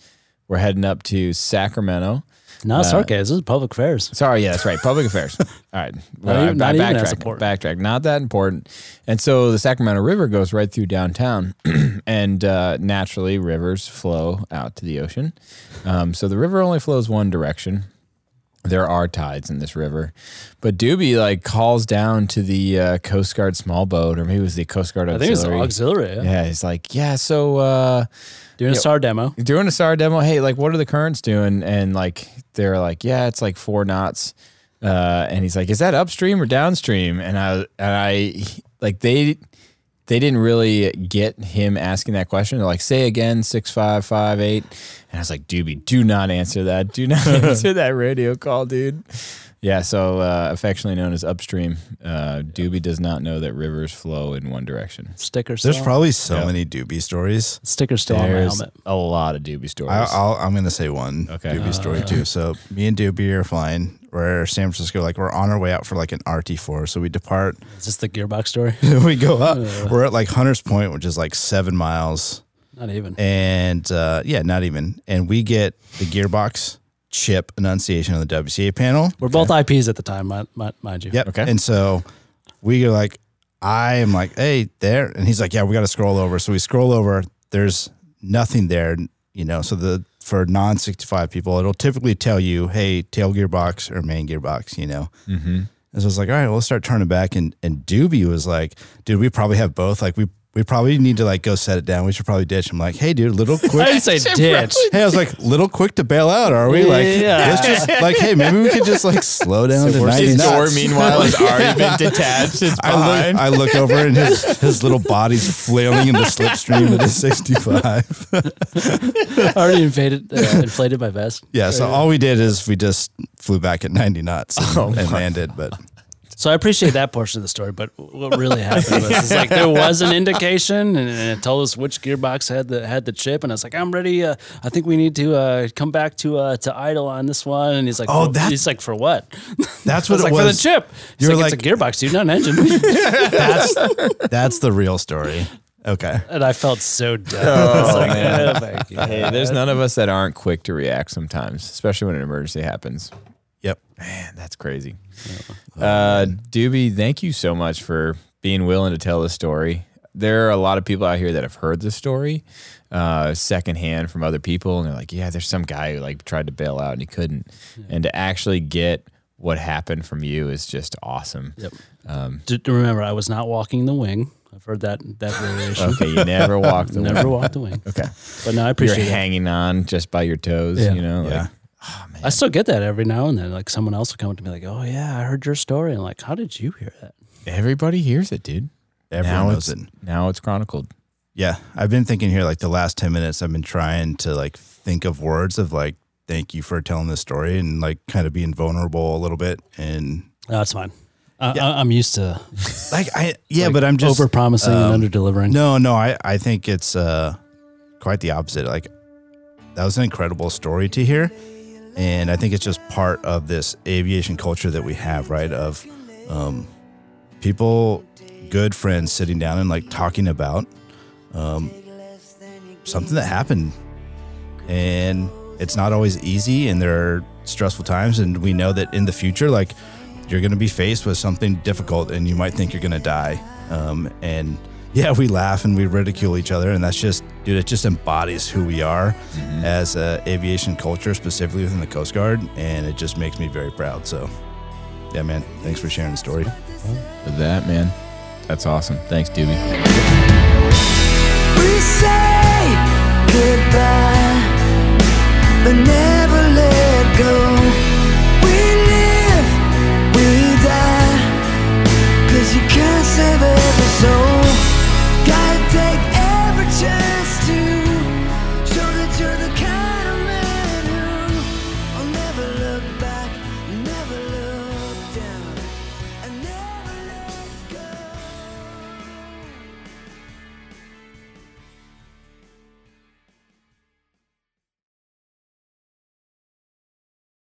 Speaker 1: we're heading up to Sacramento.
Speaker 5: no, it's okay. This is public affairs.
Speaker 1: Sorry, yeah, that's right. Public affairs. All right. Well,
Speaker 5: even-
Speaker 1: I, I
Speaker 5: not even as
Speaker 1: backtracked,
Speaker 5: important.
Speaker 1: backtracked. Not that important. And so the Sacramento River goes right through downtown, and uh, naturally rivers flow out to the ocean. Um, so the river only flows one direction. There are tides in this river, but Doobie like calls down to the uh, Coast Guard small boat, or maybe it was the Coast Guard
Speaker 5: I think it's
Speaker 1: auxiliary.
Speaker 5: auxiliary. Yeah.
Speaker 1: yeah, he's like, yeah. So uh,
Speaker 5: Doing a star demo.
Speaker 1: doing a SAR demo. Hey, like, what are the currents doing? And like, they're like, yeah, it's like four knots. Uh, and he's like, is that upstream or downstream? And I, and I, like, they, they didn't really get him asking that question. They're like, say again, six, five, five, eight. And I was like, Doobie, do not answer that. Do not answer that radio call, dude. Yeah. So, uh, affectionately known as upstream, uh, Doobie does not know that rivers flow in one direction.
Speaker 5: Sticker still.
Speaker 2: There's probably so many doobie stories.
Speaker 5: sticker still on my
Speaker 1: There's
Speaker 5: helmet.
Speaker 1: a lot of Doobie stories.
Speaker 2: I, I'll, I'm going to say one
Speaker 1: Okay.
Speaker 2: doobie story too. So me and Doobie are flying. We're in San Francisco. Like we're on our way out for like an RT4. So we depart.
Speaker 5: Is this the gearbox story?
Speaker 2: we go up. We're at like Hunter's Point, which is like seven miles.
Speaker 5: Not even.
Speaker 2: and uh, yeah, not even. And we get the gearbox chip enunciation on the WCA panel.
Speaker 5: We're both IPs at the time, mi- mi- mind you.
Speaker 2: Yep.
Speaker 1: Okay.
Speaker 2: And so we go like, I am like, hey, there. And he's like, yeah, we got to scroll over. So we scroll over. There's nothing there, you know. So the for non 65 people, it'll typically tell you, hey, tail gearbox or main gearbox, you know.
Speaker 1: Mhm.
Speaker 2: And so I was like, all right, well, let's start turning back. And and Doobie was like, dude, we probably have both. Like we we probably need to like go set it down. We should probably ditch. I'm like, hey, dude, little quick.
Speaker 5: I didn't say ditch.
Speaker 2: Hey, I was like, little quick to bail out, are we? Like,
Speaker 5: Yeah.
Speaker 2: let's just like, hey, maybe we could just like slow down to ninety
Speaker 1: His door,
Speaker 2: knots.
Speaker 1: meanwhile, has already been detached. It's
Speaker 2: I
Speaker 1: behind.
Speaker 2: look, I look over and his, his little body's flailing in the slipstream of the 65.
Speaker 5: Already invaded, uh, inflated my vest.
Speaker 2: Yeah, so all we did is we just flew back at 90 knots and, and landed. But
Speaker 5: So I appreciate that portion of the story, but what really happened was it's like there was an indication, and, and it told us which gearbox had the had the chip, and I was like, I'm ready. Uh, I think we need to uh, come back to uh, to idle on this one, and he's like,
Speaker 2: Oh,
Speaker 5: "For-
Speaker 2: that-
Speaker 5: he's like for what?
Speaker 2: that's
Speaker 5: I
Speaker 2: what
Speaker 5: was
Speaker 2: it
Speaker 5: like for the
Speaker 2: was.
Speaker 5: chip. He's
Speaker 2: You were
Speaker 5: like, it's a gearbox, dude, not an engine.
Speaker 2: That's, that's the real story. Okay.
Speaker 5: and I felt so dumb. I was like,
Speaker 1: man.
Speaker 5: "Oh, my God."
Speaker 1: Hey, there's none of us that aren't quick to react sometimes, especially when an emergency happens.
Speaker 2: Yep.
Speaker 1: Man, that's crazy.
Speaker 5: Oh,
Speaker 1: Uh, Doobie, thank you so much for being willing to tell this story. There are a lot of people out here that have heard this story uh, secondhand from other people, and they're like, "Yeah, there's some guy who like tried to bail out and he couldn't." And to actually get what happened from you is just awesome.
Speaker 5: Yep. D- remember, I was not walking the wing. I've heard that that variation.
Speaker 1: Okay, you never walked the
Speaker 5: Never walked the wing.
Speaker 1: Okay.
Speaker 5: But no, I
Speaker 1: You're
Speaker 5: appreciate it.
Speaker 1: hanging on just by your toes,
Speaker 5: Yeah.
Speaker 1: you know? Like,
Speaker 2: Yeah.
Speaker 5: I still get that every now and then. Like someone else will come up to me like, "Oh yeah, I heard your story." And like, "How did you hear that?"
Speaker 1: Everybody hears it, dude.
Speaker 2: Everyone
Speaker 1: now
Speaker 2: knows
Speaker 1: it's
Speaker 2: it.
Speaker 1: now it's chronicled.
Speaker 2: Yeah, I've been thinking here like the last 10 minutes I've been trying to like think of words of like thank you for telling this story and like kind of being vulnerable a little bit and
Speaker 5: No, it's fine. I, I, I'm used to
Speaker 2: like I yeah, but I'm just
Speaker 5: over promising and under delivering.
Speaker 2: No, no, I I think it's uh quite the opposite. Like that was an incredible story to hear and I think it's just part of this aviation culture that we have, right? Of um people good friends sitting down and like talking about um something that happened and it's not always easy and there are stressful times and we know that in the future like you're going to be faced with something difficult and you might think you're going to die um, and yeah we laugh and we ridicule each other and that's just dude it just embodies who we are as a aviation culture specifically within the coast guard and it just makes me very proud so yeah man thanks for sharing the story
Speaker 1: With that, man, that's awesome. Thanks, Doobie.
Speaker 6: We say goodbye, but never let go. We live, we die, 'cause you can't save